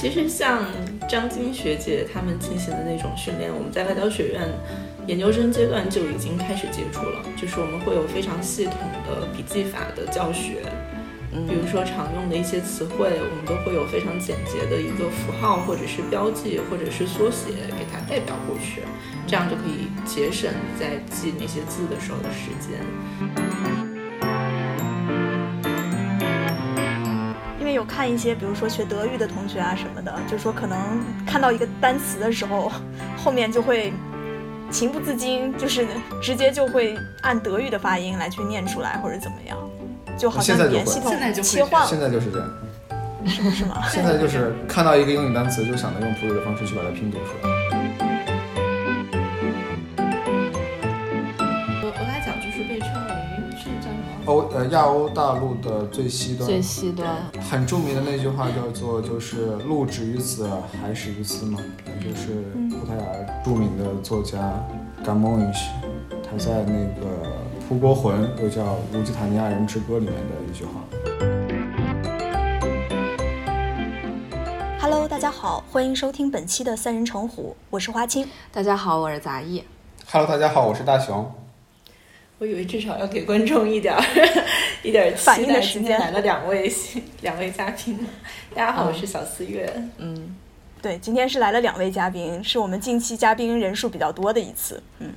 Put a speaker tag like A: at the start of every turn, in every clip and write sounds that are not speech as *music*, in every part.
A: 其实像张晶学姐他们进行的那种训练，我们在外交学院研究生阶段就已经开始接触了，就是我们会有非常系统的笔记法的教学，比如说常用的一些词汇，我们都会有非常简洁的一个符号或者是标记或者是缩写给它代表过去，这样就可以节省你在记那些字的时候的时间。
B: 因为有看一些，比如说学德语的同学啊什么的，就说可能看到一个单词的时候，后面就会情不自禁，就是直接就会按德语的发音来去念出来，或者怎么样，就好像
C: 现在就
B: 语言
C: 会
B: 系统
D: 现在就会
B: 切换
C: 现
B: 了，
C: 在就是这样，
B: 是不是吗？
C: 现在就是看到一个英语单词，就想着用普语的方式去把它拼读出来。
A: 我我来讲，就是被称为是这样吗？
C: 欧呃亚欧大陆的最西端，
E: 最西端，
C: 很著名的那句话叫做就是“路止于此，海始于斯”嘛，就是呃葡萄牙著名的作家 Camões，他在那个《葡国魂》又叫《卢基塔尼亚人之歌》里面的一句话。
B: Hello，大家好，欢迎收听本期的三人成虎，我是花青。
E: 大家好，我是杂艺。
C: Hello，大家好，我是大熊。
A: 我以为至少要给观众一点儿 *laughs* 一点儿期
B: 反应
A: 待。
B: 的时
A: 今
B: 间
A: 天来了两位新两位嘉宾，大家好，我是小四月。
E: 嗯，
B: 对，今天是来了两位嘉宾，是我们近期嘉宾人数比较多的一次。嗯，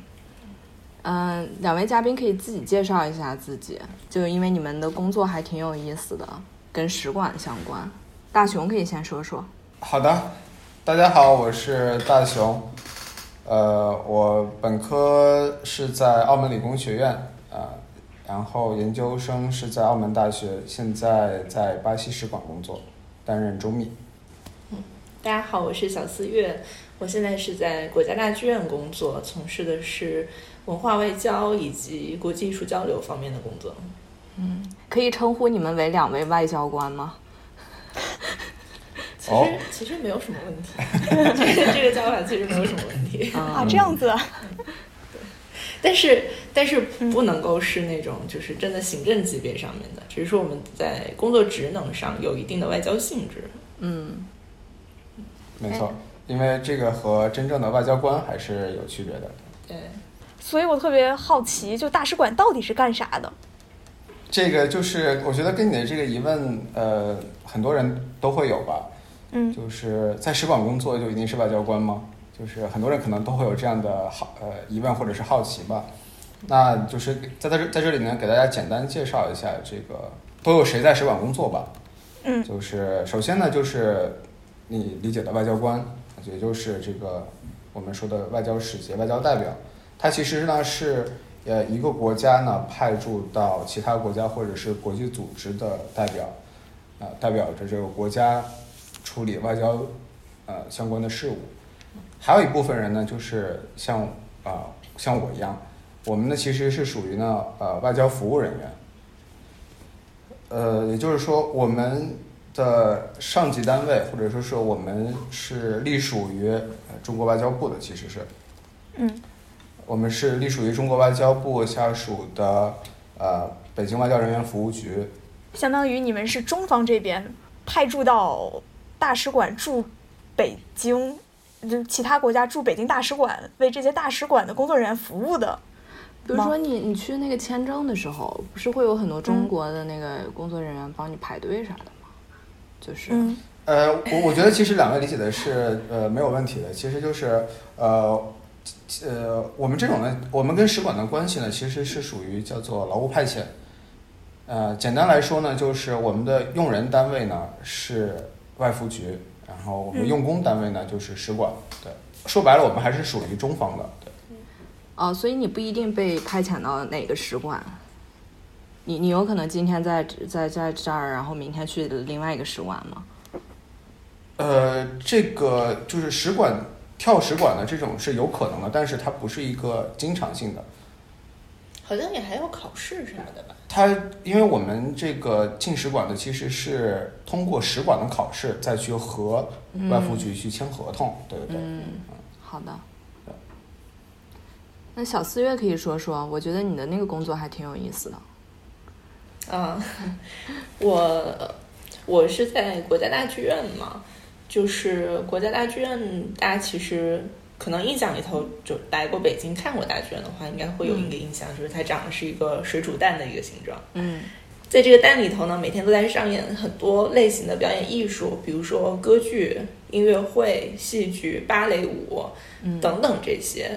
E: 嗯、两位嘉宾可以自己介绍一下自己，就因为你们的工作还挺有意思的，跟使馆相关。大熊可以先说说。
C: 好的，大家好，我是大熊。呃，我本科是在澳门理工学院啊、然后研究生是在澳门大学，现在在巴西使馆工作，担任中秘。
A: 大家好，我是小四月，我现在是在国家大剧院工作，从事的是文化外交以及国际艺术交流方面的工作。
E: 可以称呼你们为两位外交官吗？
A: 其实、
C: 哦
A: 其实没有什么问题， *laughs* 这个这个叫法其实没有什么问题，
E: 嗯
B: 啊，这样子啊，
A: 但是但是不能够是那种就是真的行政级别上面的，只是说我们在工作职能上有一定的外交性质。
E: 嗯，
C: 没错，因为这个和真正的外交官还是有区别的。
A: 对，
B: 所以我特别好奇，就大使馆到底是干啥的？
C: 这个就是我觉得跟你的这个疑问，呃，很多人都会有吧。
B: 嗯
C: 就是在使馆工作就一定是外交官吗？就是很多人可能都会有这样的好呃疑问或者是好奇吧。那就是在在这在这里呢，给大家简单介绍一下这个都有谁在使馆工作吧。
B: 嗯
C: 就是首先呢，就是你理解的外交官，也就是这个我们说的外交使节、外交代表，他其实呢是呃一个国家呢派驻到其他国家或者是国际组织的代表，啊、代表着这个国家处理外交呃相关的事务。还有一部分人呢，就是像啊、像我一样，我们呢其实是属于呢呃外交服务人员。呃，也就是说，我们的上级单位或者说是我们是隶属于呃中国外交部的，其实是
B: 嗯
C: 我们是隶属于中国外交部下属的呃北京外交人员服务局。
B: 相当于你们是中方这边派驻到大使馆驻北京，就其他国家驻北京大使馆为这些大使馆的工作人员服务的。
E: 比如说你你去那个签证的时候，不是会有很多中国的那个工作人员帮你排队啥的吗？就是，
B: 嗯
C: 呃，我我觉得其实两位理解的是呃没有问题的，其实就是呃呃我们这种呢，我们跟使馆的关系呢，其实是属于叫做劳务派遣。呃，简单来说呢，就是我们的用人单位呢是外服局，然后我们的用工单位呢、就是使馆。对，说白了，我们还是属于中方的。对，
E: 哦，所以你不一定被派遣到哪个使馆，你你有可能今天在在在这儿，然后明天去另外一个使馆吗？
C: 呃，这个就是使馆跳使馆的这种是有可能的，但是它不是一个经常性的。
A: 好像也还有考试什么的吧？
C: 它因为我们这个进使馆的其实是通过使馆的考试，再去和外服局去签合同，对对对。
E: 嗯，好的。
A: 嗯
E: 那小四月可以说说，我觉得你的那个工作还挺有意思的。
A: *laughs* 啊，我我是在国家大剧院嘛，就是国家大剧院，大家其实可能印象里头就来过北京看过大剧院的话，应该会有一个印象，就是它长的是一个水煮蛋的一个形状。
E: 嗯
A: 在这个蛋里头呢，每天都在上演很多类型的表演艺术，比如说歌剧、音乐会、戏剧、芭蕾舞
E: 嗯
A: 等等这些。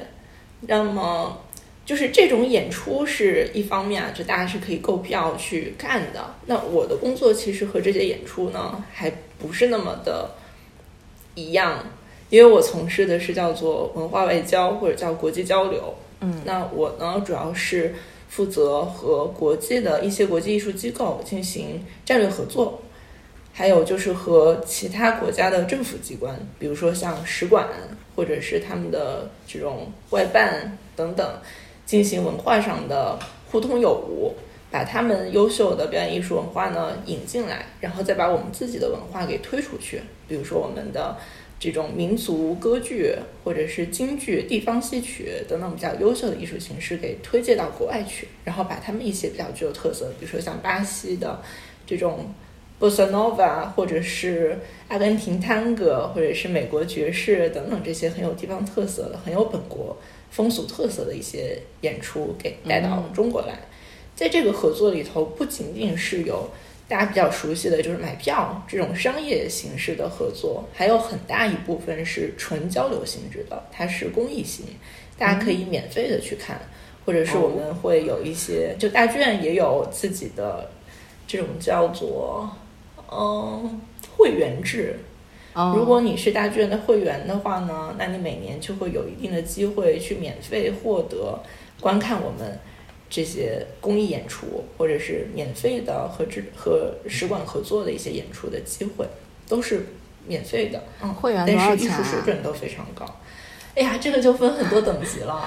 A: 那么，就是这种演出是一方面啊，就大家是可以购票去看的。那我的工作其实和这些演出呢，还不是那么的一样，因为我从事的是叫做文化外交或者叫国际交流。
E: 嗯
A: 那我呢，主要是负责和国际的一些国际艺术机构进行战略合作，还有就是和其他国家的政府机关，比如说像使馆或者是他们的这种外办等等，进行文化上的互通有无。把他们优秀的表演艺术文化呢引进来，然后再把我们自己的文化给推出去。比如说我们的这种民族歌剧或者是京剧、地方戏曲等等比较优秀的艺术形式给推介到国外去，然后把他们一些比较具有特色的，比如说像巴西的这种 bossa nova，或啊者是阿根廷探戈，或者是美国爵士等等这些很有地方特色的、很有本国风俗特色的一些演出给带到
E: 嗯
A: 中国来。在这个合作里头，不仅仅是有大家比较熟悉的就是买票这种商业形式的合作，还有很大一部分是纯交流性质的，它是公益性，大家可以免费的去看，或者是我们会有一些，就大剧院也有自己的这种叫做嗯会员制，
E: 哦，
A: 如果你是大剧院的会员的话呢，那你每年就会有一定的机会去免费获得观看我们这些公益演出，或者是免费的和制和使馆合作的一些演出的机会，都是免费的。嗯，
E: 会员多
A: 但
E: 少
A: 是艺
E: 钱
A: 术水
E: 啊？
A: 准都非常高。哎呀，这个就分很多等级
E: *laughs*
A: 了。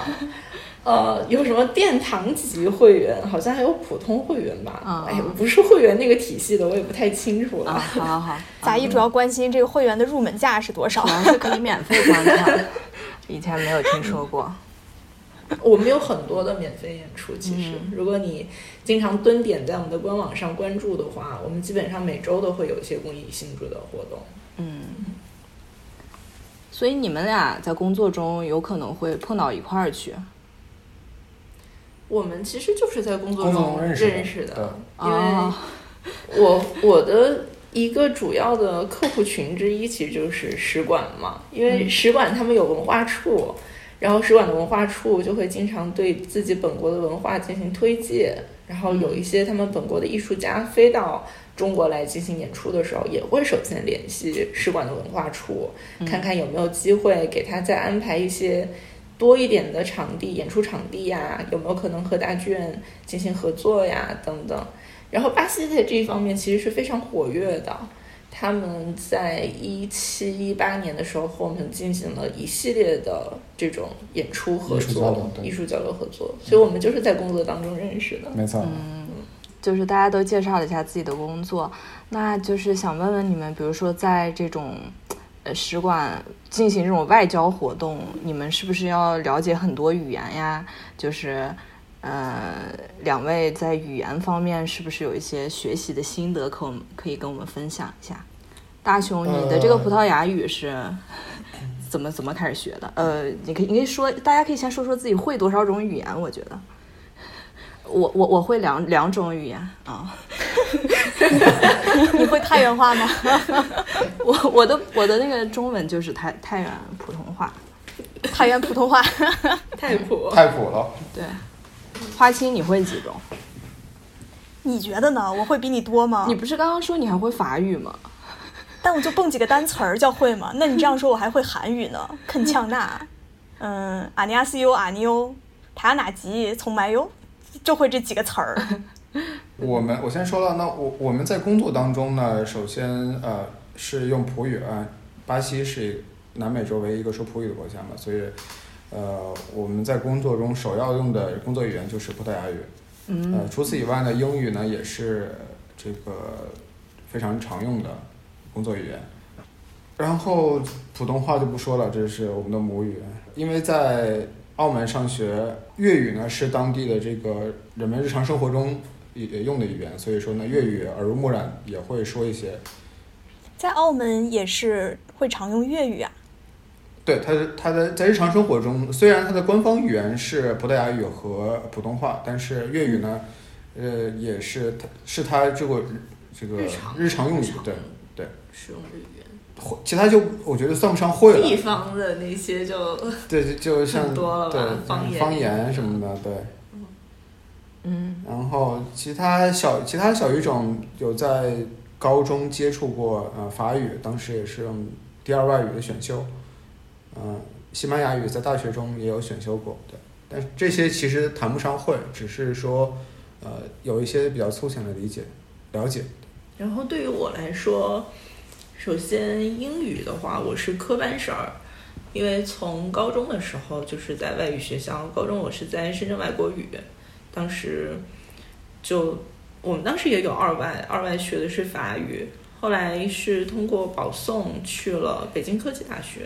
A: 呃，有什么殿堂级会员，好像还有普通会员吧？
E: 啊
A: 哎呀，我不是会员那个体系的，我也不太清楚了。
E: 啊，好好好，
B: 杂艺主要关心这个会员的入门价是多少
E: 主。要是可以免费
A: *laughs*
E: 观看，以前没有听说过。
A: 我们有很多的免费演出，其实、如果你经常蹲点在我们的官网上关注的话，我们基本上每周都会有一些公益性质的活动。
E: 嗯，所以你们俩在工作中有可能会碰到一块儿去。
A: 我们其实就是在工作
C: 工作
A: 中
C: 中认识的
A: 认识的，因
E: 哦
A: 为我我的一个主要的客户群之一其实就是使馆嘛，因为使馆他们有文化处，然后使馆的文化处就会经常对自己本国的文化进行推介，然后有一些他们本国的艺术家飞到中国来进行演出的时候，也会首先联系使馆的文化处，
C: 嗯
A: 看看有没有机会给他再安排一些多一点的场地，演出场地呀，有没有可能和大剧院进行合作呀，等等。然后巴西在这一方面其实是非常活跃的，他们在一七一八年的时候和我们进行了一系列的这种演出合
C: 艺术交
A: 作
C: 流、对
A: 艺术交流合作，所以我们就是在工作当中认识的。
C: 没错，
E: 就是大家都介绍了一下自己的工作，那就是想问问你们，比如说在这种呃使馆进行这种外交活动，你们是不是要了解很多语言呀？就是呃，两位在语言方面是不是有一些学习的心得可我们可以跟我们分享一下？大雄，你的这个
C: 呃
E: 葡萄牙语是？怎么怎么开始学的？呃，你可以你可以说，大家可以先说说自己会多少种语言。我觉得， *laughs* 我我我会两两种语言啊，
B: 你会太原话吗？ *laughs*
E: 我我的我的那个中文就是太太原普通话。
B: 太原普通话。
A: 太酷！
C: 太苦了。
E: 对，嗯花青你会几种？
B: 你觉得呢？我会比你多吗
E: 你？不是刚刚说你还会法语吗？
B: *laughs* 但我就蹦几个单词儿叫会嘛。那你这样说，我还会韩语呢，铿锵那，嗯，阿尼亚斯优阿尼欧，塔纳吉从埋哟，就会这几个词儿。
C: 我们我先说了，那我我们在工作当中呢，首先呃是用葡语啊，巴西是南美洲唯一一个说葡语的国家嘛，所以呃我们在工作中首要用的工作语言就是葡萄牙语，
E: 嗯
C: 呃除此以外呢，英语呢也是这个非常常用的工作语言。然后普通话就不说了，这是我们的母语，因为在澳门上学，粤语呢是当地的这个人们日常生活中也也用的语言，所以说呢粤语耳濡目染也会说一些。
B: 在澳门也是会常用粤语啊。
C: 对，它是它的在日常生活中，虽然它的官方语言是葡萄牙语和普通话，但是粤语呢，呃，也是它是它这个这个
A: 日常
C: 日常用语
A: 日常，
C: 对对，
A: 使用日语。
C: 会其他就我觉得算不上会
A: 地
C: 了，
A: 方的那些就
C: 对，就就像
A: 很多了吧
C: 对
A: 方言
C: 方言什么的，对。
E: 嗯，
C: 然后其他小其他小语种有在高中接触过，呃，法语当时也是用第二外语的选修，嗯、西班牙语在大学中也有选修过，对，但是这些其实谈不上会，只是说，呃，有一些比较粗浅的理解了解，
A: 然后对于我来说，首先英语的话，我是科班生儿，因为从高中的时候就是在外语学校，高中我是在深圳外国语，当时就我们当时也有二外，二外学的是法语，后来是通过保送去了北京科技大学，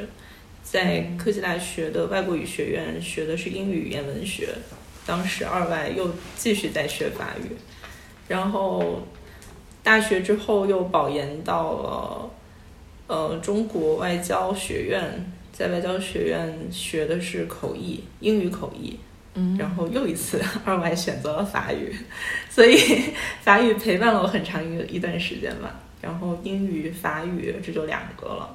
A: 在科技大学的外国语学院学的是英语语言文学，当时二外又继续在学法语，然后大学之后又保研到了呃中国外交学院，在外交学院学的是口译，英语口译。
E: 嗯，
A: 然后又一次 *laughs* 二外选择了法语，所以法语陪伴了我很长一个一段时间吧。然后英语、法语这就两个了。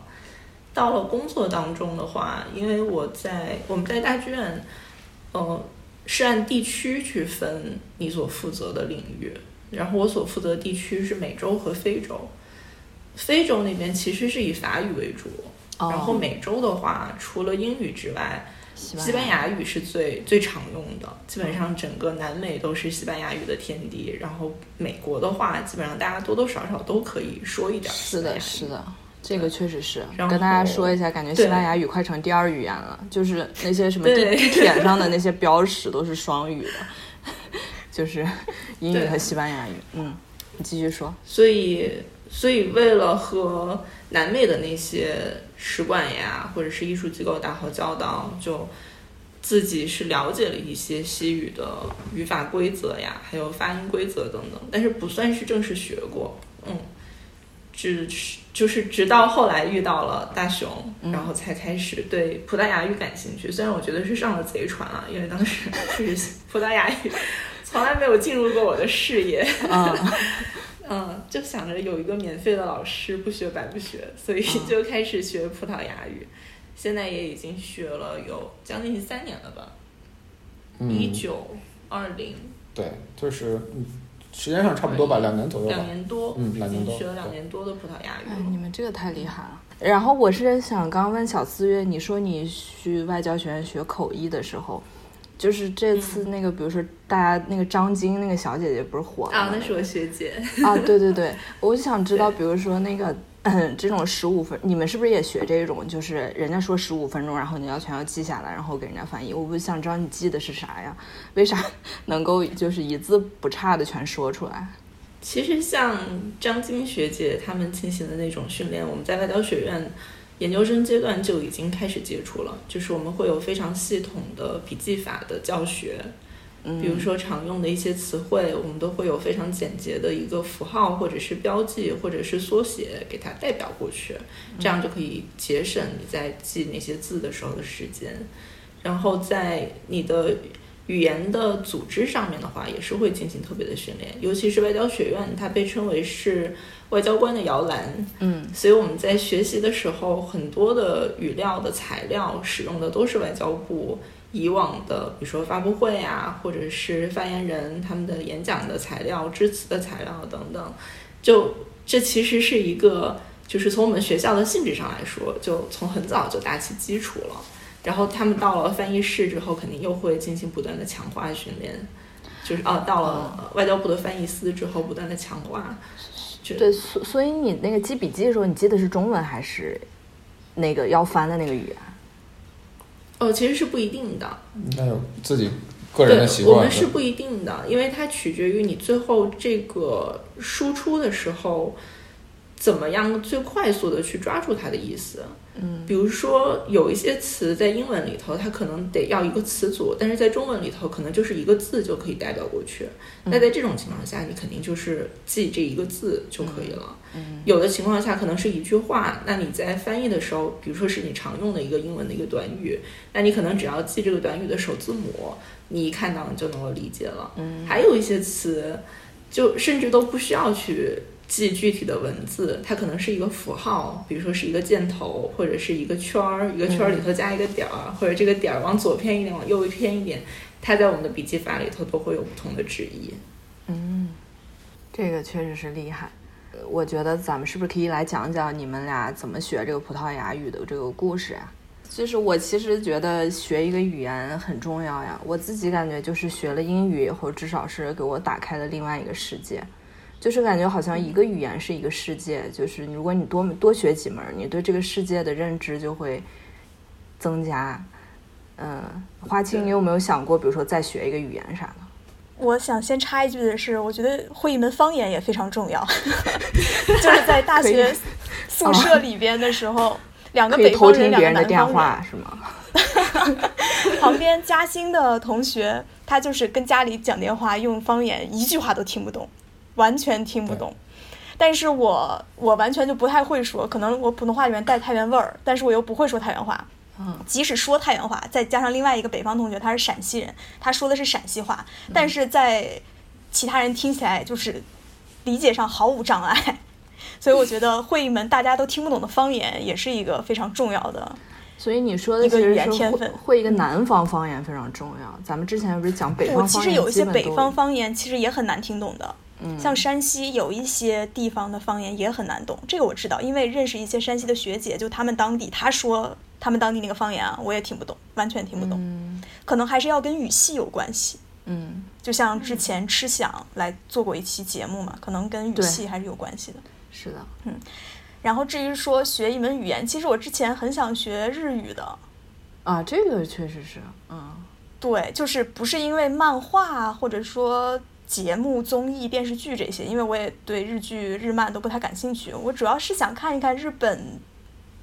A: 到了工作当中的话，因为我在我们在大剧院，呃，是按地区去分你所负责的领域。然后我所负责的地区是美洲和非洲，非洲那边其实是以法语为主。
E: 哦
A: 然后美洲的话，除了英语之外，西
E: 西
A: 班
E: 班
A: 牙
E: 牙，
A: 语是最最常用的，基本上整个南美都是西班牙语的天地。然后美国的话，基本上大家多多少少都可以说一点儿西
E: 是
A: 班牙
E: 的，
A: 语。
E: 是的。这个确实是
A: 然后
E: 跟大家说一下，感觉
A: 对
E: 西班牙语快成第二语言了，就是那些什么地
A: 对
E: 地铁上的那些标识都是双语的， *laughs* 就是英语
A: 对
E: 和西班牙语。嗯，你继
A: *laughs*
E: 续说。
A: 所以，所以为了和南美的那些使馆呀，或者是艺术机构打好交道，就自己是了解了一些西语的语法规则呀，还有发音规则等等，但是不算是正式学过，嗯，只是就是直到后来遇到了大熊，
E: 嗯
A: 然后才开始对葡萄牙语感兴趣。虽然我觉得是上了贼船啊，因为当时 *laughs* 确实葡萄牙语从来没有进入过我的视野，
E: 嗯，
A: 嗯，就想着有一个免费的老师，不学白不学，所以
C: 嗯
E: 啊
A: 就开始学葡萄牙语。现在也已经学了有将近三年了吧，一
C: 嗯，
A: 九二零
C: 对，就是嗯时间上差不多吧，两年左右吧
A: 两，年多，
C: 嗯两年
A: 已
C: 多嗯
A: 经学了两
C: 对
A: 年多的葡萄牙语
E: 哎，
A: 了。
E: 你们这个太厉害了。然后我是想刚问小四月，你说你去外交学院学口译的时候，就是这次那个，比如说大家那个张晶那个小姐姐不是火了
A: 啊
E: 吗，
A: 那是我学姐，
E: 啊，对对对，我就想知道，
A: 对
E: 比如说那个。嗯这种十五分，你们是不是也学这种？就是人家说十五分钟，然后你要全要记下来，然后给人家翻译。我不想知道你记的是啥呀？为啥能够就是一字不差的全说出来？
A: 其实像张晶学姐他们进行的那种训练，我们在外交学院研究生阶段就已经开始接触了，就是我们会有非常系统的笔记法的教学，
E: 嗯，
A: 比如说常用的一些词汇，我们都会有非常简洁的一个符号或者是标记或者是缩写给它代表过去，这样就可以节省你在记那些字的时候的时间。然后在你的语言的组织上面的话，也是会进行特别的训练，尤其是外交学院，它被称为是外交官的摇篮，
E: 嗯，
A: 所以我们在学习的时候，很多的语料的材料使用的都是外交部以往的，比如说发布会啊，或者是发言人他们的演讲的材料、致辞的材料等等。就这其实是一个，就是从我们学校的性质上来说，就从很早就打起基础了。然后他们到了翻译室之后，肯定又会进行不断的强化训练，就是啊，到了呃外交部的翻译司之后，不断的强化。就
E: 对，所所以你那个记笔记的时候，你记的是中文还是那个要翻的那个语言？
A: 哦，其实是不一定的，
C: 那有自己个
A: 对，
C: 人的习惯。
A: 我们
C: 对
A: 是不一定的，因为它取决于你最后这个输出的时候，怎么样最快速的去抓住它的意思。
E: 嗯，
A: 比如说有一些词在英文里头，它可能得要一个词组，但是在中文里头可能就是一个字就可以代表过去。
E: 嗯
A: 那在这种情况下，你肯定就是记这一个字就可以了。
E: 嗯
A: 有的情况下可能是一句话，那你在翻译的时候，比如说是你常用的一个英文的一个短语，那你可能只要记这个短语的首字母，你一看到你就能够理解了。
E: 嗯
A: 还有一些词，就甚至都不需要去记具体的文字，它可能是一个符号，比如说是一个箭头，或者是一个圈儿，一个圈儿
B: 嗯
A: 里头加一个点儿，啊或者这个点儿往左偏一点，往右偏一点，它在我们的笔记法里头都会有不同的旨意。
E: 嗯，这个确实是厉害。呃我觉得咱们是不是可以来讲讲你们俩怎么学这个葡萄牙语的这个故事啊？就是我其实觉得学一个语言很重要呀，我自己感觉就是学了英语以后，至少是给我打开了另外一个世界，就是感觉好像一个语言是一个世界，就是如果你多多学几门儿，你对这个世界的认知就会增加。嗯，花青，你有没有想过，比如说再学一个语言啥的？
B: 我想先插一句的是，我觉得会一门方言也非常重要， *laughs* 就是在大学宿舍里边的时候，两个
E: 可以
B: 北
E: 偷
B: 方人，
E: 听
B: 两
E: 别
B: 个
E: 人的
B: 南
E: 电
B: 方人。
E: 话是吗？
B: 旁边嘉兴的同学，他就是跟家里讲电话用方言，一句话都听不懂，完全听不懂。但是我我完全就不太会说，可能我普通话里面带太原味儿，但是我又不会说太原话。
E: 嗯，
B: 即使说太原话，再加上另外一个北方同学，他是陕西人，他说的是陕西话，但是在其他人听起来就是理解上毫无障碍。 *laughs* 所以我觉得会一门大家都听不懂的方言，也是一个非常重要的
E: 所以你说的
B: 一
E: 其
B: 个
E: 实
B: 语言
E: 是
B: 天
E: 会
B: 分
E: 会一个南方方言非常重要。咱们之前不是讲北
B: 我
E: 方
B: 其
E: 方
B: 实
E: 言，
B: 有一
E: 基
B: 些
E: 本
B: 北
E: 都
B: 方方言其实也很难听懂的，
E: 嗯
B: 像山西有一些地方的方言也很难懂，这个我知道，因为认识一些山西的学姐，就他们当地，她说他们当地那个方言啊，我也听不懂，完全听不懂，
E: 嗯
B: 可能还是要跟语系有关系。
E: 嗯，
B: 就像之前吃响来做过一期节目嘛，可能跟语
E: 对
B: 系还是有关系的。
E: 是的，
B: 然后至于说学一门语言，其实我之前很想学日语的，
E: 啊，这个确实是，嗯
B: 对，就是不是因为漫画啊或者说节目、综艺、电视剧这些，因为我也对日剧、日漫都不太感兴趣。我主要是想看一看日本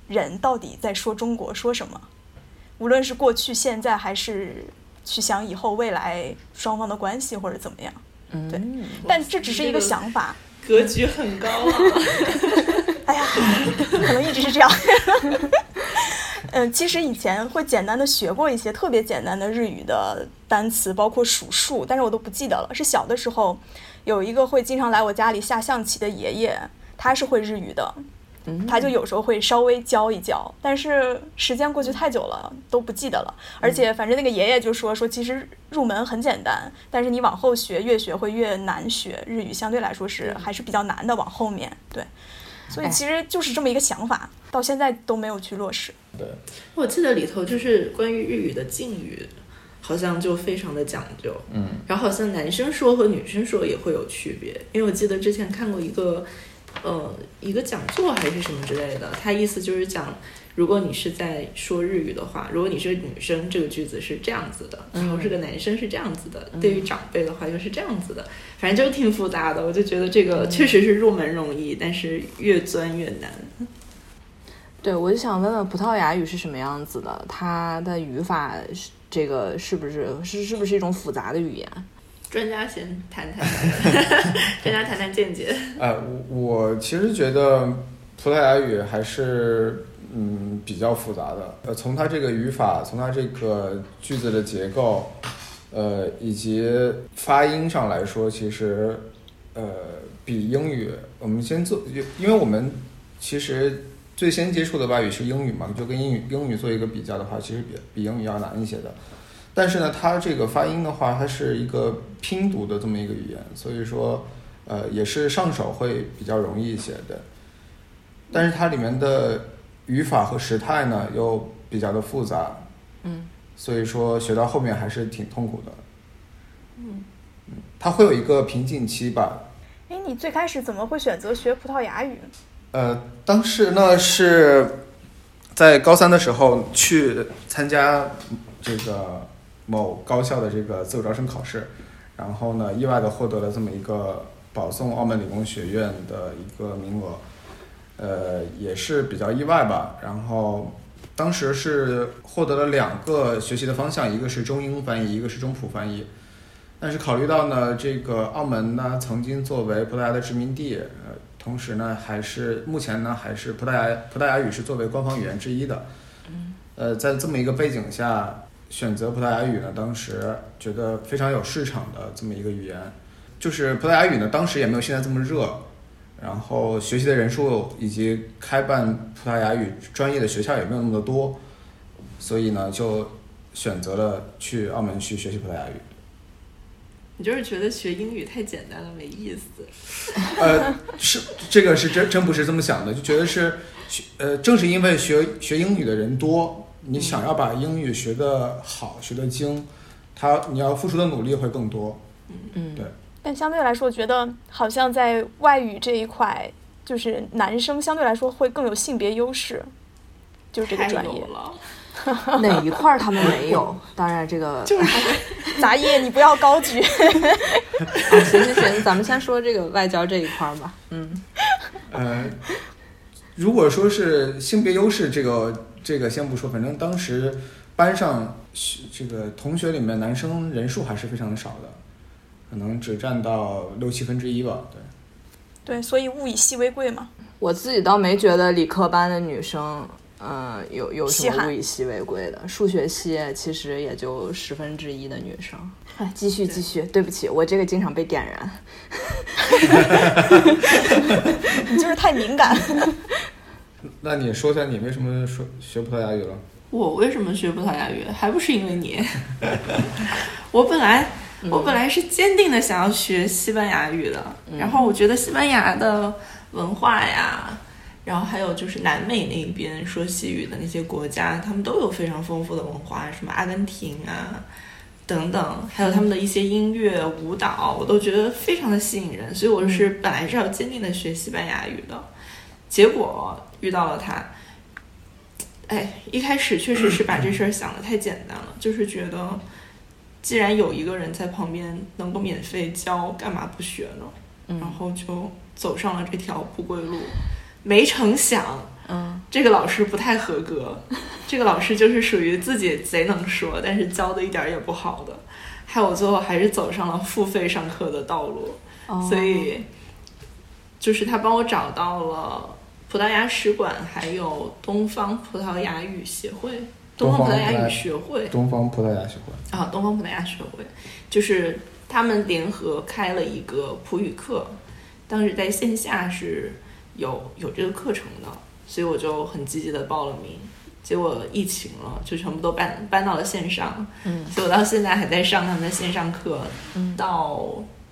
B: 人到底在说中国说什么，无论是过去、现在，还是去想以后未来双方的关系或者怎么样。
E: 嗯，
B: 对但这只是一个想法，
A: 格局很高啊！
B: *laughs* 哎呀，可能一直是这样。 *laughs* 嗯，其实以前会简单的学过一些特别简单的日语的单词，包括数数，但是我都不记得了。是小的时候，有一个会经常来我家里下象棋的爷爷，他是会日语的，
E: 嗯
B: 他就有时候会稍微教一教，但是时间过去太久了，都不记得了。而且反正那个爷爷就说说，其实入门很简单，但是你往后学越学会越难学，日语相对来说是还是比较难的，往后面对。所以
E: 哎
B: 其实就是这么一个想法，到现在都没有去落实。
C: 对，
A: 我记得里头就是关于日语的敬语，好像就非常的讲究。
C: 嗯，
A: 然后好像男生说和女生说也会有区别，因为我记得之前看过一个，呃，一个讲座还是什么之类的，他意思就是讲，如果你是在说日语的话，如果你是女生，这个句子是这样子的，然后是个男生是这样子的，对于长辈的话又是这样子的，反正就挺复杂的。我就觉得这个确实是入门容易，但是越钻越难。
E: 对，我就想问问葡萄牙语是什么样子的？它的语法是这个是不是是是不是一种复杂的语言？
A: 专家先谈 *laughs* 谈，专家谈谈见解。
C: 哎，我我其实觉得葡萄牙语还是嗯比较复杂的。呃，从它这个语法，从它这个句子的结构，呃，以及发音上来说，其实呃比英语，我们先做，因因为我们其实最先接触的外语是英语嘛，就跟英语英语做一个比较的话，其实比比英语要难一些的。但是呢，它这个发音的话，它是一个拼读的这么一个语言，所以说。呃，也是上手会比较容易一些的。但是它里面的语法和时态呢，又比较的复杂，
E: 嗯，
C: 所以说学到后面还是挺痛苦的。嗯，它会有一个瓶颈期吧。
B: 哎，你最开始怎么会选择学葡萄牙语？
C: 呃，当时呢是在高三的时候去参加这个某高校的这个自主招生考试，然后呢意外的获得了这么一个保送澳门理工学院的一个名额，呃，也是比较意外吧。然后当时是获得了两个学习的方向，一个是中英翻译，一个是中普翻译。但是考虑到呢，这个澳门呢曾经作为葡萄牙的殖民地，呃，同时呢还是目前呢还是葡萄牙葡萄牙语是作为官方语言之一的。呃，在这么一个背景下，选择葡萄牙语呢，当时觉得非常有市场的这么一个语言。就是葡萄牙语呢，当时也没有现在这么热，然后学习的人数以及开办葡萄牙语专业的学校也没有那么的多，所以呢，就选择了去澳门去学习葡萄牙语。
A: 你就是觉得学英语太简单了，没意思。
C: 呃，是这个是真真不是这么想的，就觉得是学呃，正是因为学学英语的人多，你想要把英语学得好、学得精，他你要付出的努力会更多。
B: *laughs*
E: 嗯，
C: 对
B: 但相对来说，我觉得好像在外语这一块，就是男生相对来说会更有性别优势，就是这个
A: 太
B: 专
A: 有
B: 业。
A: 了，
E: 哪一块儿他们没有？当然这个
B: *laughs* 杂业，你不要高举。 *laughs*
E: 啊，行行行，咱们先说这个外交这一块儿吧。嗯，
C: 呃，如果说是性别优势，这个这个先不说，反正当时班上学这个同学里面男生人数还是非常的少的，可能只占到六七分之一吧。对，
B: 对，所以物以稀为贵嘛。
E: 我自己倒没觉得理科班的女生，嗯、有有
B: 稀
E: 什
B: 罕
E: 么物以稀为贵的。数学系其实也就十分之一的女生。哎，继续继续，对不起，我这个经常被点燃。
B: 你就是太敏感。
C: 那你说一下你为什么说学葡萄牙语了？
A: 我为什么学葡萄牙语？还不是因为你。我本来我本来是坚定的想要学西班牙语的，然后我觉得西班牙的文化呀，然后还有就是南美那边说西语的那些国家，他们都有非常丰富的文化，什么阿根廷啊等等，还有他们的一些音乐、舞蹈，我都觉得非常的吸引人，所以我是本来是要坚定的学西班牙语的，结果遇到了他。哎，一开始确实是把这事儿想的太简单了，就是觉得，既然有一个人在旁边能够免费教，干嘛不学呢？然
E: 嗯
A: 后就走上了这条不归路。没成想，
E: 嗯，
A: 这个老师不太合格，这个老师就是属于自己贼能说，但是教的一点儿也不好的，害我最后还是走上了付费上课的道路。
E: 哦
A: 所以就是他帮我找到了葡萄牙使馆，还有东方葡萄牙语协会、东方葡萄牙语学会
C: 东方葡萄牙学会。
A: 啊，东方葡萄牙学会，就是他们联合开了一个葡语课，当时在线下是有有这个课程的，所以我就很积极的报了名。结果疫情了，就全部都搬搬到了线上，
E: 嗯，
A: 所以我到现在还在上他们的线上课，
E: 嗯
A: 到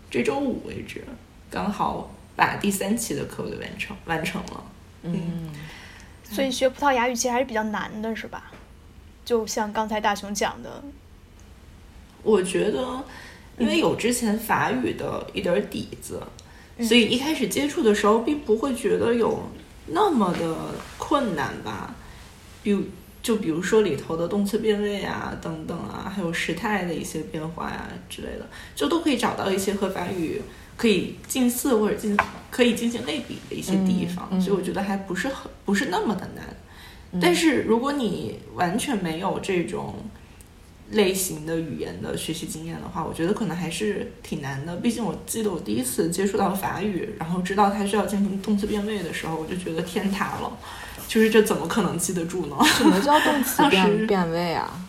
A: 这周五为止，刚好把第三期的课给完成完成了。
E: 嗯，
B: *laughs* 所以学葡萄牙语其实还是比较难的，是吧？就像刚才大雄讲的，
A: 我觉得，因为有之前法语的一点儿底子，
B: 嗯
A: 所以一开始接触的时候，并不会觉得有那么的困难吧。比如，就比如说里头的动词变位啊，等等啊，还有时态的一些变化呀、之类的，就都可以找到一些和法语可以近似或者近可以进行类比的一些地方，
E: 嗯嗯嗯
A: 所以我觉得还不是很不是那么的难。但是如果你完全没有这种类型的语言的学习经验的话，我觉得可能还是挺难的。毕竟我记得我第一次接触到法语，然后知道它需要进行动词变位的时候，我就觉得天塌了，就是这怎么可能记得住呢？ *laughs*
E: 什么叫动词
A: 当
E: 变
A: 时
E: 变位啊？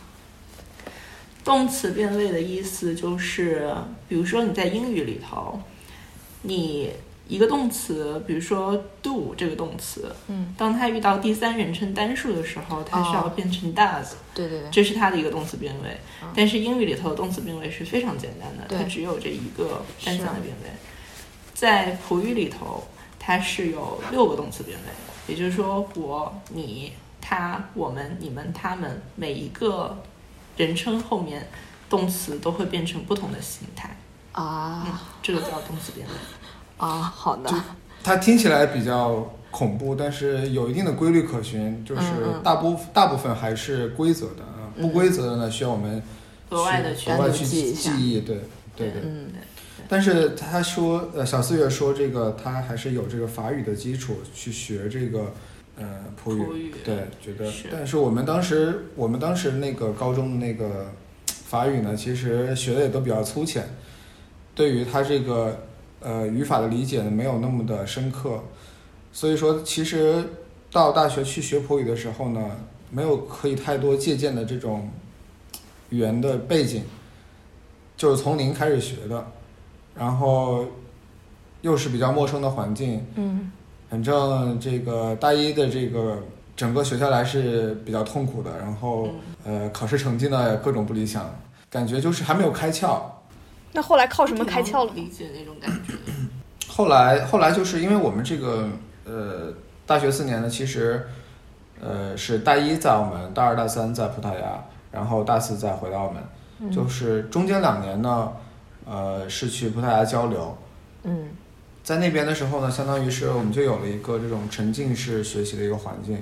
A: 动词变位的意思就是，比如说你在英语里头，你一个动词，比如说 do 这个动词，
E: 嗯，
A: 当它遇到第三人称单数的时候，它需要
E: 哦
A: 变成 does。
E: 对对对，
A: 这是它的一个动词变位
E: 嗯。
A: 但是英语里头的动词变位是非常简单的，
E: 对
A: 它只有这一个单向
E: 是
A: 的变位。在葡语里头，它是有六个动词变位，也就是说我、你、他、我们、你们、他们，每一个人称后面动词都会变成不同的形态，
E: 啊
A: 这个叫动词变位。
E: 啊，好的，
C: 它听起来比较恐怖，但是有一定的规律可循，就是
E: 嗯嗯
C: 大部大部分还是规则的啊，不规则的呢需要我们
A: 额外的去
C: 额外去
E: 单独记一下
C: 记忆，对对对。
E: 嗯，
C: 但是他说，呃，小四月说这个他还是有这个法语的基础去学这个，呃，普语。
A: 口语，
C: 对，觉得。
A: 是
C: 但是我们当时，我们当时那个高中的那个法语呢，其实学的也都比较粗浅，对于他这个呃语法的理解呢，没有那么的深刻。所以说，其实到大学去学普语的时候呢，没有可以太多借鉴的这种语言的背景，就是从零开始学的，然后又是比较陌生的环境，
E: 嗯
C: 反正这个大一的这个整个学下来是比较痛苦的，然后呃考试成绩呢各种不理想，感觉就是还没有开窍。
B: 那后来靠什么开窍了
A: 理解
B: *coughs*
A: 嗯那种感觉，
C: 后来后来就是因为我们这个呃大学四年呢，其实呃是大一在澳门，大二大三在葡萄牙，然后大四再回到澳门，就是中间两年呢，呃是去葡萄牙交流，
E: *laughs* 嗯
C: 在那边的时候呢，相当于是我们就有了一个这种沉浸式学习的一个环境。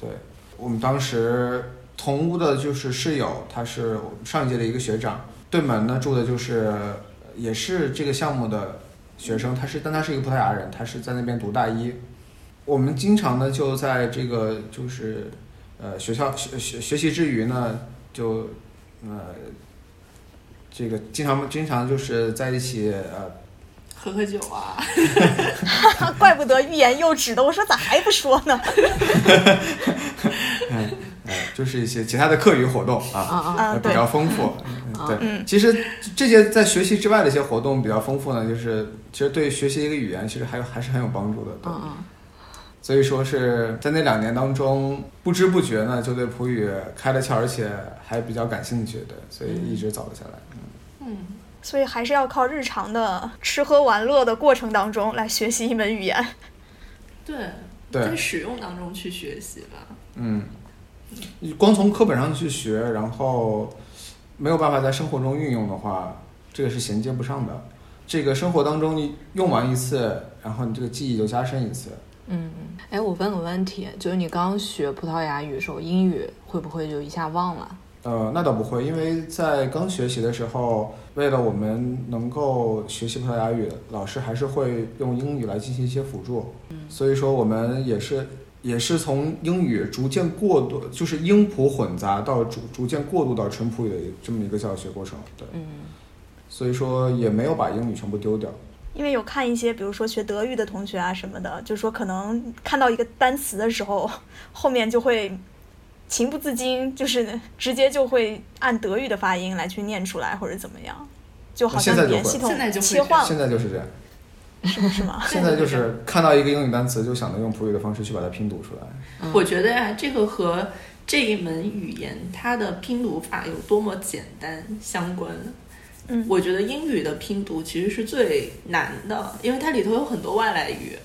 C: 对我们当时同屋的就是室友，他是我们上一届的一个学长，对门呢住的就是呃也是这个项目的学生，他是但他是一个葡萄牙人，他是在那边读大一。我们经常呢就在这个就是呃学校学学学习之余呢，就呃这个经常经常就是在一起呃
A: 喝喝酒啊，
B: 怪不得欲言又止的，我说咋还不 *laughs* 说呢？
C: 呃，就是一些其他的课余活动啊，
E: 啊啊
B: 啊，
C: 呃比
B: 对，
C: 较丰富。嗯对，
B: 嗯
C: 其实这些在学习之外的一些活动比较丰富呢，就是其实对学习一个语言，其实还有还是很有帮助的。对，
E: 嗯
C: 所以说是在那两年当中，不知不觉呢就对普语开了窍，而且还比较感兴趣对，所以一直走了下来。
A: 嗯，
B: 所以还是要靠日常的吃喝玩乐的过程当中来学习一门语言。
A: 对，在
C: 对，
A: 使用当中去学习吧，
C: 嗯，你光从课本上去学，然后没有办法在生活中运用的话，这个是衔接不上的。这个生活当中你用完一次，然后你这个记忆就加深一次。
E: 嗯，哎，我问个问题，就是你刚学葡萄牙语的时候，英语会不会就一下忘了？
C: 呃，那倒不会，因为在刚学习的时候，为了我们能够学习葡萄牙语，老师还是会用英语来进行一些辅助。所以说我们也是也是从英语逐渐过渡，就是英葡混杂到逐逐渐过渡到纯葡语的这么一个教学过程。对，
E: 嗯
C: 所以说也没有把英语全部丢掉。
B: 因为有看一些，比如说学德语的同学啊什么的，就说可能看到一个单词的时候， *laughs* 后面就会情不自禁，就是直接就会按德语的发音来去念出来，或者怎么样，就好像
C: 现在
B: 语
C: 就
B: 言
C: 会
B: 系统
A: 现在就会
B: 切换
C: 现
B: 了，
C: 在就是这样，
B: 是不是吗？
A: *laughs*
C: 现在就是看到一个英语单词，就想着用葡语的方式去把它拼读出来。
A: 我觉得呀、这个和这一门语言它的拼读法有多么简单相关。
B: 嗯
A: 我觉得英语的拼读其实是最难的，因为它里头有很多外来语，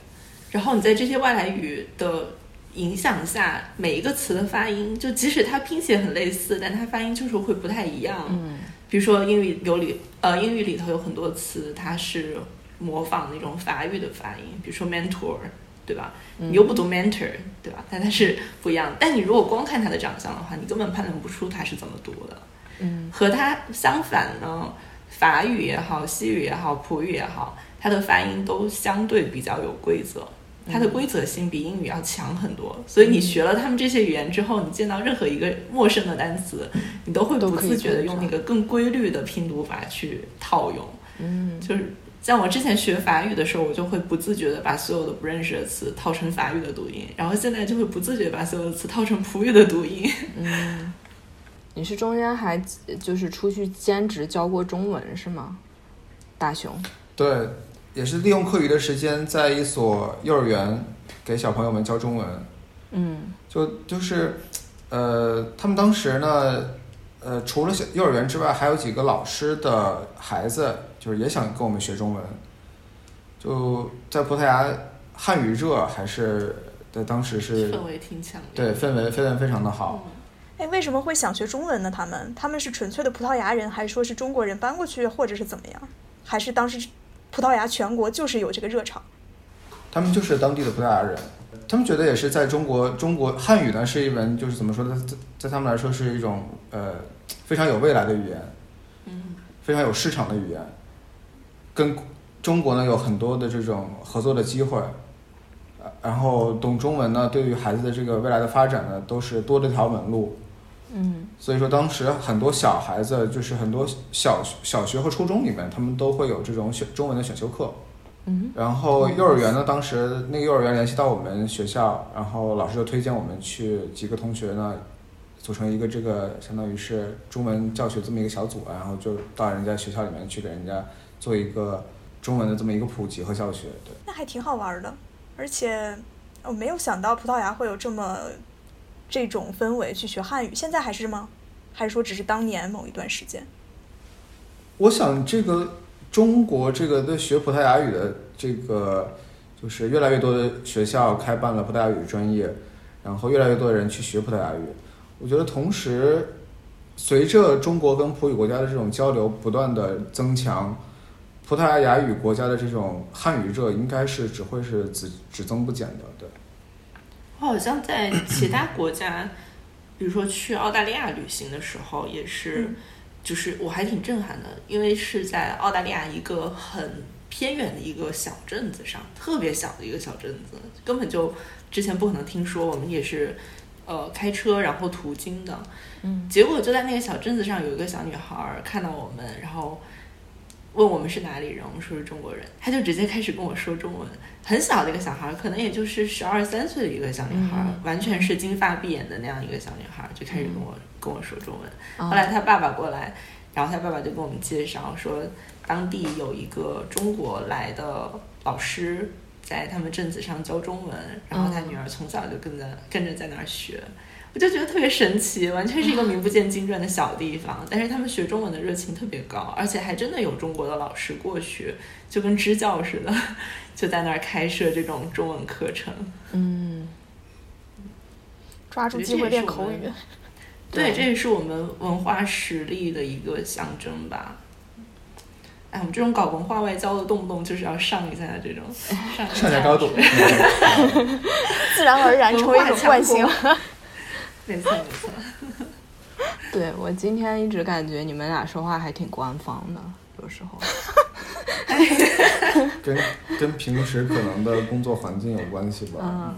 A: 然后你在这些外来语的影响下，每一个词的发音，就即使它拼写很类似，但它发音就是会不太一样。
E: 嗯
A: 比如说英语有里呃英语里头有很多词，它是模仿那种法语的发音，比如说 mentor，对吧？你又不读 mentor，对吧？但它是不一样的。但你如果光看它的长相的话，你根本判断不出它是怎么读的。
E: 嗯
A: 和它相反呢，法语也好，西语也好，葡语也好，它的发音都相对比较有规则，
E: 嗯
A: 它的规则性比英语要强很多。所以你学了他们这些语言之后，你见到任何一个陌生的单词，你都会
E: 都
A: 不
E: 可以
A: 自觉的
E: 对
A: 用
E: 照
A: 那个更规律的拼读法去套用。
E: 嗯
A: 就是像我之前学法语的时候，我就会不自觉的把所有的不认识的词套成法语的读音，然后现在就会不自觉地把所有的词套成葡语的读音。
E: 嗯，你是中间还就是出去兼职教过中文是吗？大熊，
C: 对，也是利用课余的时间，在一所幼儿园给小朋友们教中文。
E: 嗯
C: 就就是，呃，他们当时呢，呃，除了小幼儿园之外，还有几个老师的孩子，就是也想跟我们学中文。就在葡萄牙，汉语热还是在当时是
A: 氛围挺强烈
C: 对
A: 的。
C: 氛围氛围非常的好。
B: 哎，为什么会想学中文呢？他们他们是纯粹的葡萄牙人，还是说是中国人搬过去，或者是怎么样？还是当时葡萄牙全国就是有这个热潮？
C: 他们就是当地的葡萄牙人，他们觉得也是在中国，中国汉语呢是一门就是怎么说呢，在在他们来说是一种呃非常有未来的语言，
A: 嗯，
C: 非常有市场的语言，跟中国呢有很多的这种合作的机会，呃然后懂中文呢，对于孩子的这个未来的发展呢，都是多了条门路。
E: 嗯
C: 所以说，当时很多小孩子，就是很多小小学和初中里面，他们都会有这种选中文的选修课。
E: 嗯
C: 然后幼儿园呢，当时那个幼儿园联系到我们学校，然后老师就推荐我们去几个同学呢，组成一个这个相当于是中文教学这么一个小组，然后就到人家学校里面去给人家做一个中文的这么一个普及和教学。对，
B: 那还挺好玩的，而且我没有想到葡萄牙会有这么这种氛围去学汉语，现在还是吗？还是说只是当年某一段时间？
C: 我想这个中国这个对学葡萄牙语的这个，就是越来越多的学校开办了葡萄牙语专业，然后越来越多的人去学葡萄牙语。我觉得同时，随着中国跟葡语国家的这种交流不断的增强，葡萄牙语国家的这种汉语热应该是只会是只只增不减的。对，
A: 我好像在其他国家，比如说去澳大利亚旅行的时候，也是，
B: 嗯
A: 就是我还挺震撼的，因为是在澳大利亚一个很偏远的一个小镇子上，特别小的一个小镇子，根本就之前不可能听说。我们也是，呃，开车然后途经的，
E: 嗯
A: 结果就在那个小镇子上有一个小女孩儿看到我们，然后问我们是哪里人，我们说是中国人，她就直接开始跟我说中文。很小的一个小孩儿，可能也就是十二三岁的一个小女孩儿，
E: 嗯
A: 完全是金发碧眼的那样一个小女孩儿，就开始跟我、跟我说中文。
E: 啊
A: 后来他爸爸过来，然后他爸爸就跟我们介绍说，当地有一个中国来的老师在他们镇子上教中文，然后他女儿从小就跟着跟着在那儿学。我就觉得特别神奇，完全是一个名不见经传的小地方，但是他们学中文的热情特别高，而且还真的有中国的老师过去，就跟支教似的，就在那儿开设这种中文课程。
E: 嗯，
B: 抓住
A: 对
B: 机
A: 这
B: 会
A: 也
B: 练
A: 是我
B: 口
A: 们 *laughs*
B: 语，
A: 对，
E: 对
A: 这也是我们文化实力的一个象征吧。哎，我们这种搞文化外交的，动不动就是要上一下这
B: *laughs*
A: 种上一下
C: 上下高度。
B: 自然而然成为一种惯性
A: 文。没错没错，
E: 对我今天一直感觉你们俩说话还挺官方的，有时候。
C: 嗯跟跟平时可能的工作环境有关系吧。
E: 嗯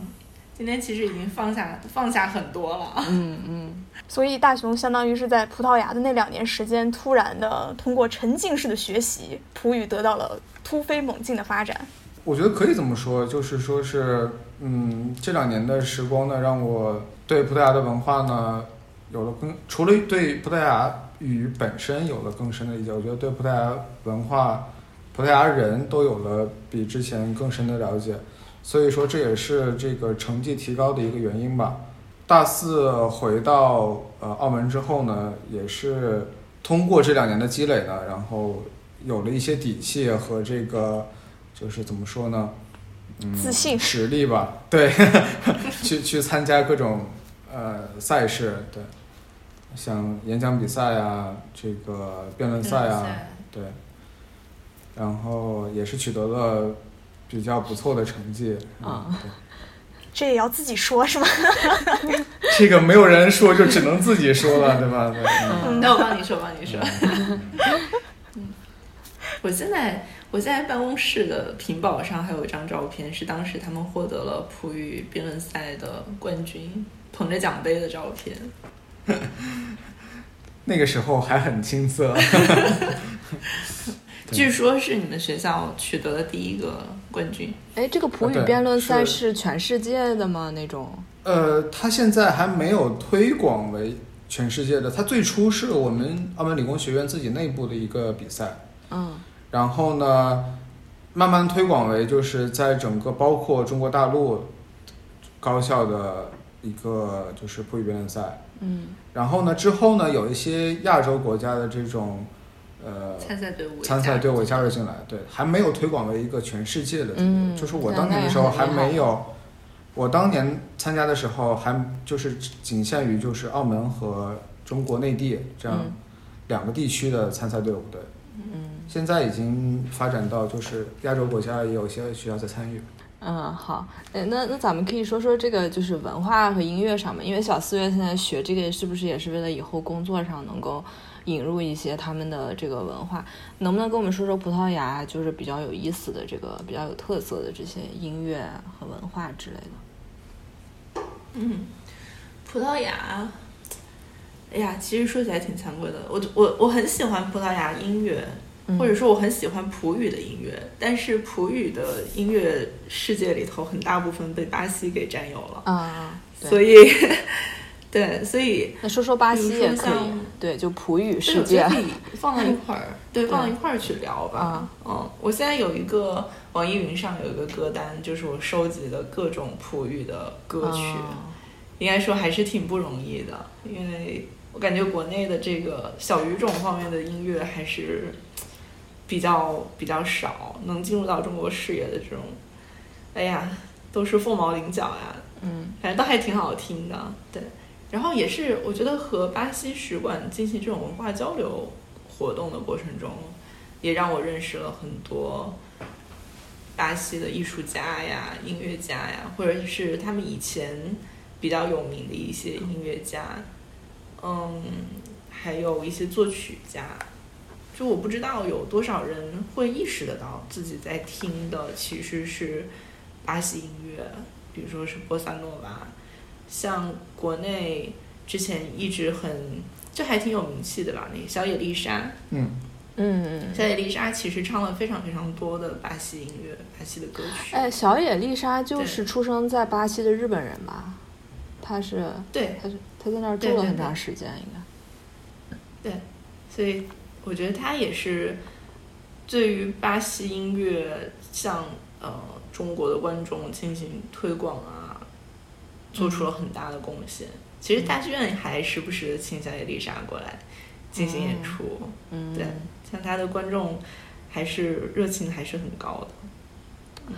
A: 今天其实已经放下放下很多了。
E: 嗯嗯，
B: 所以大熊相当于是在葡萄牙的那两年时间，突然的通过沉浸式的学习，葡语得到了突飞猛进的发展。
C: 我觉得可以这么说，就是说是，嗯，这两年的时光呢，让我对葡萄牙的文化呢有了更，除了对葡萄牙语本身有了更深的理解，我觉得对葡萄牙文化、葡萄牙人都有了比之前更深的了解，所以说这也是这个成绩提高的一个原因吧。大四回到呃澳门之后呢，也是通过这两年的积累呢，然后有了一些底气和这个。就是怎么说呢，嗯，
B: 自信
C: *laughs* 实力吧，对， *laughs* 去去参加各种呃赛事，对，像演讲比赛啊，这个辩论赛啊，对，然后也是取得了比较不错的成绩
E: 啊
C: 嗯对
B: 这也要自己说是吗？
C: 这个没有人说，就只能自己说了，对吧？对 *laughs* 嗯
A: 那我帮你说，帮你说。我现在我现在办公室的屏保上还有一张照片，是当时他们获得了葡语辩论赛的冠军，捧着奖杯的照片。
C: 那个时候还很青涩，对
A: 据说是你们学校取得的第一个冠军。
E: 哎，这个葡
C: 啊
E: 语
C: 对
E: 辩论赛
C: 是
E: 是全世界的吗？那种？
C: 呃，它现在还没有推广为全世界的，它最初是我们呃澳门理工学院自己内部的一个比赛，
E: 嗯
C: 然后呢，慢慢推广为就是在整个包括中国大陆高校的一个就是葡语辩论赛，
E: 嗯
C: 然后呢之后呢有一些亚洲国家的这种呃
A: 参赛队伍也
C: 参赛
A: 加
C: 队伍加入进来，对，还没有推广为一个全世界的这个，
E: 嗯
C: 就是我
E: 那
C: 当年
E: 那
C: 的
E: 也
C: 时候
E: 很
C: 还
E: 厉害
C: 没有，我当年参加的时候还就是仅限于就是澳门和中国内地这样
E: 嗯
C: 两个地区的参赛队伍，对，
E: 嗯，
C: 现在已经发展到就是亚洲国家也有一些学校在参与，
E: 嗯，好，诶那那咱们可以说说这个就是文化和音乐上嘛，因为小四月现在学这个是不是也是为了以后工作上能够引入一些他们的这个文化？能不能跟我们说说葡萄牙就是比较有意思的这个比较有特色的这些音乐和文化之类的？
A: 嗯，葡萄牙，哎呀，其实说起来挺惭愧的，我我我很喜欢葡萄牙音乐，
E: 嗯
A: 或者说我很喜欢葡语的音乐，但是葡语的音乐世界里头很大部分被巴西给占有了，
E: 啊、嗯，
A: 所
E: 以
A: 以 *laughs* 对，所以
E: 那说说巴
A: 比
E: 西
A: 如
E: 也
A: 说
E: 可以
A: 像，
E: 对，就葡语
A: 对
E: 世
A: 我觉
E: 界
A: 得，可以放到一块
E: *laughs*
A: 儿，对，放到一块儿去聊吧
E: 啊。
A: 嗯，我现在有一个网易云上有一个歌单，就是我收集的各种葡语的歌曲。
E: 啊
A: 应该说还是挺不容易的，因为我感觉国内的这个小语种方面的音乐还是比较比较少，能进入到中国视野的这种，哎呀，都是凤毛麟角呀，
E: 嗯
A: 反正倒还挺好听的，对。然后也是，我觉得和巴西使馆进行这种文化交流活动的过程中，也让我认识了很多巴西的艺术家呀、音乐家呀，或者是他们以前比较有名的一些音乐家，嗯，还有一些作曲家。就我不知道有多少人会意识得到自己在听的其实是巴西音乐，比如说是波萨诺瓦，像国内之前一直很就还挺有名气的吧，那个小野丽莎，
C: 嗯，
E: 嗯嗯。
A: 小野丽莎其实唱了非常非常多的巴西音乐、巴西的歌曲。
E: 哎，小野丽莎就
A: 对
E: 是出生在巴西的日本人吧？她是，
A: 对
E: 她是她在那儿
A: 对
E: 住了
A: 对
E: 很
A: 对
E: 长时间，应该。
A: 对，所以我觉得她也是对于巴西音乐向呃中国的观众进行推广啊，做出了很大的贡献。其实大剧院还时不时的请小野丽莎过来进行演出，
E: 嗯，
A: 对，像她的观众还是热情还是很高的。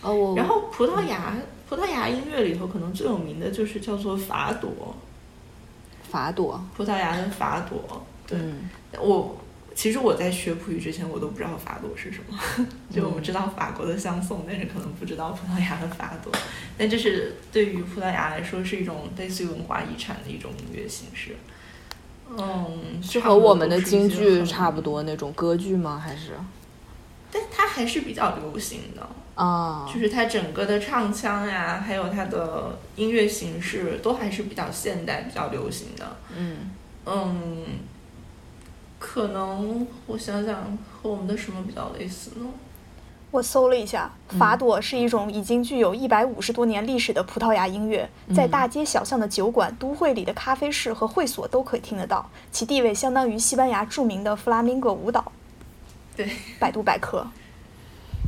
E: 哦，我
A: 然后葡萄牙，葡萄牙音乐里头可能最有名的就是叫做法朵，
E: 法朵，
A: 葡萄牙的法朵。对，
E: 嗯
A: 我其实我在学葡语之前，我都不知道法朵是什么， *laughs* 就我们知道法国的相送，但是可能不知道葡萄牙的法朵。但这是对于葡萄牙来说是一种类似于文化遗产的一种音乐形式。嗯，
E: 是
A: 差
E: 和
A: 不多
E: 我们
A: 都
E: 的
A: 是一
E: 京
A: 些
E: 剧
A: 很
E: 差不，多那种歌剧吗？还是
A: 但它还是比较流行的。
E: 啊
A: 就？是它整个的唱腔呀，还有它的音乐形式都还是比较现代、比较流行的。
E: 嗯
A: 嗯，可能我想想和我们的什么比较类似呢？
B: *laughs* 我搜了一下，法
C: 嗯
B: 朵是一种已经具有一百五十多年历史的葡萄牙音乐，
A: 嗯
B: 在
E: 嗯
B: 大街小巷的酒馆、都会里的咖啡室和会所都可以听得到，其地位相当于西班牙著名的弗拉明戈舞蹈。
A: 对，
B: 百度百科，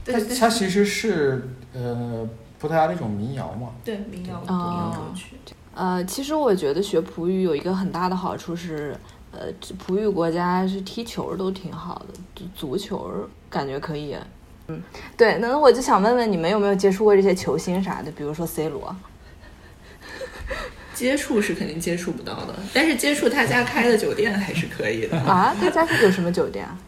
A: 对
C: 它
A: 对
C: 它其实是呃葡萄牙的一种民谣嘛，
A: 对，民谣民谣
E: 哦
A: 歌曲。
E: 呃，其实我觉得学葡语有一个很大的好处是，呃，这葡语国家是踢球儿都挺好的，足足球儿感觉可以。嗯，对，那我就想问问你们有没有接触过这些球星啥的，比如说 C 罗？
A: 接触是肯定接触不到的，但是接触他家开的酒店还是可以的。
E: 啊，他家是有什么酒店啊？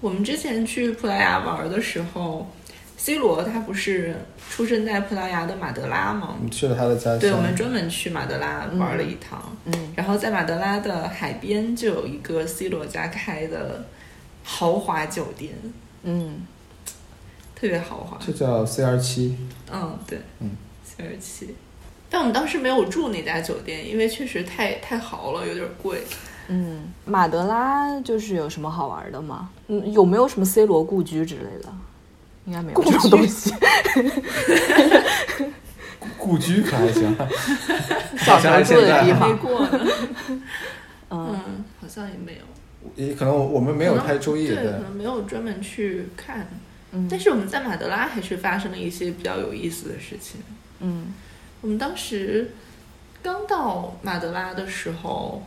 A: 我们之前去葡萄牙玩的时候，C 罗他不是出生在葡萄牙的马德拉吗？
C: 我们去了他的家乡。
A: 对，我们专门去马德拉玩了一趟。
E: 嗯，
A: 然后在马德拉的海边就有一个 C 罗家开的豪华酒店，
E: 嗯，
A: 特别豪华。
C: 就叫 CR 七，
A: 嗯，对，
C: 嗯，
A: 四十七。但我们当时没有住那家酒店，因为确实太太豪了，有点贵。
E: 嗯，马德拉就是有什么好玩的吗？嗯，有没有什么 C 罗故居之类的？应该没有
B: 故
E: 这种
B: 居
E: 东西。
C: 故居可还行。
E: *laughs* 小时候住的地
C: 还啊
A: 没
E: 方，
A: 过呢，
E: 嗯，
A: *laughs* 嗯，好像也没有，
C: 也可能我们没有太注意，
A: 对，
C: 对
A: 可，能没有专门去看。
E: 嗯
A: 但是我们在马德拉还是发生了一些比较有意思的事情。
E: 嗯
A: 我们当时刚到马德拉的时候，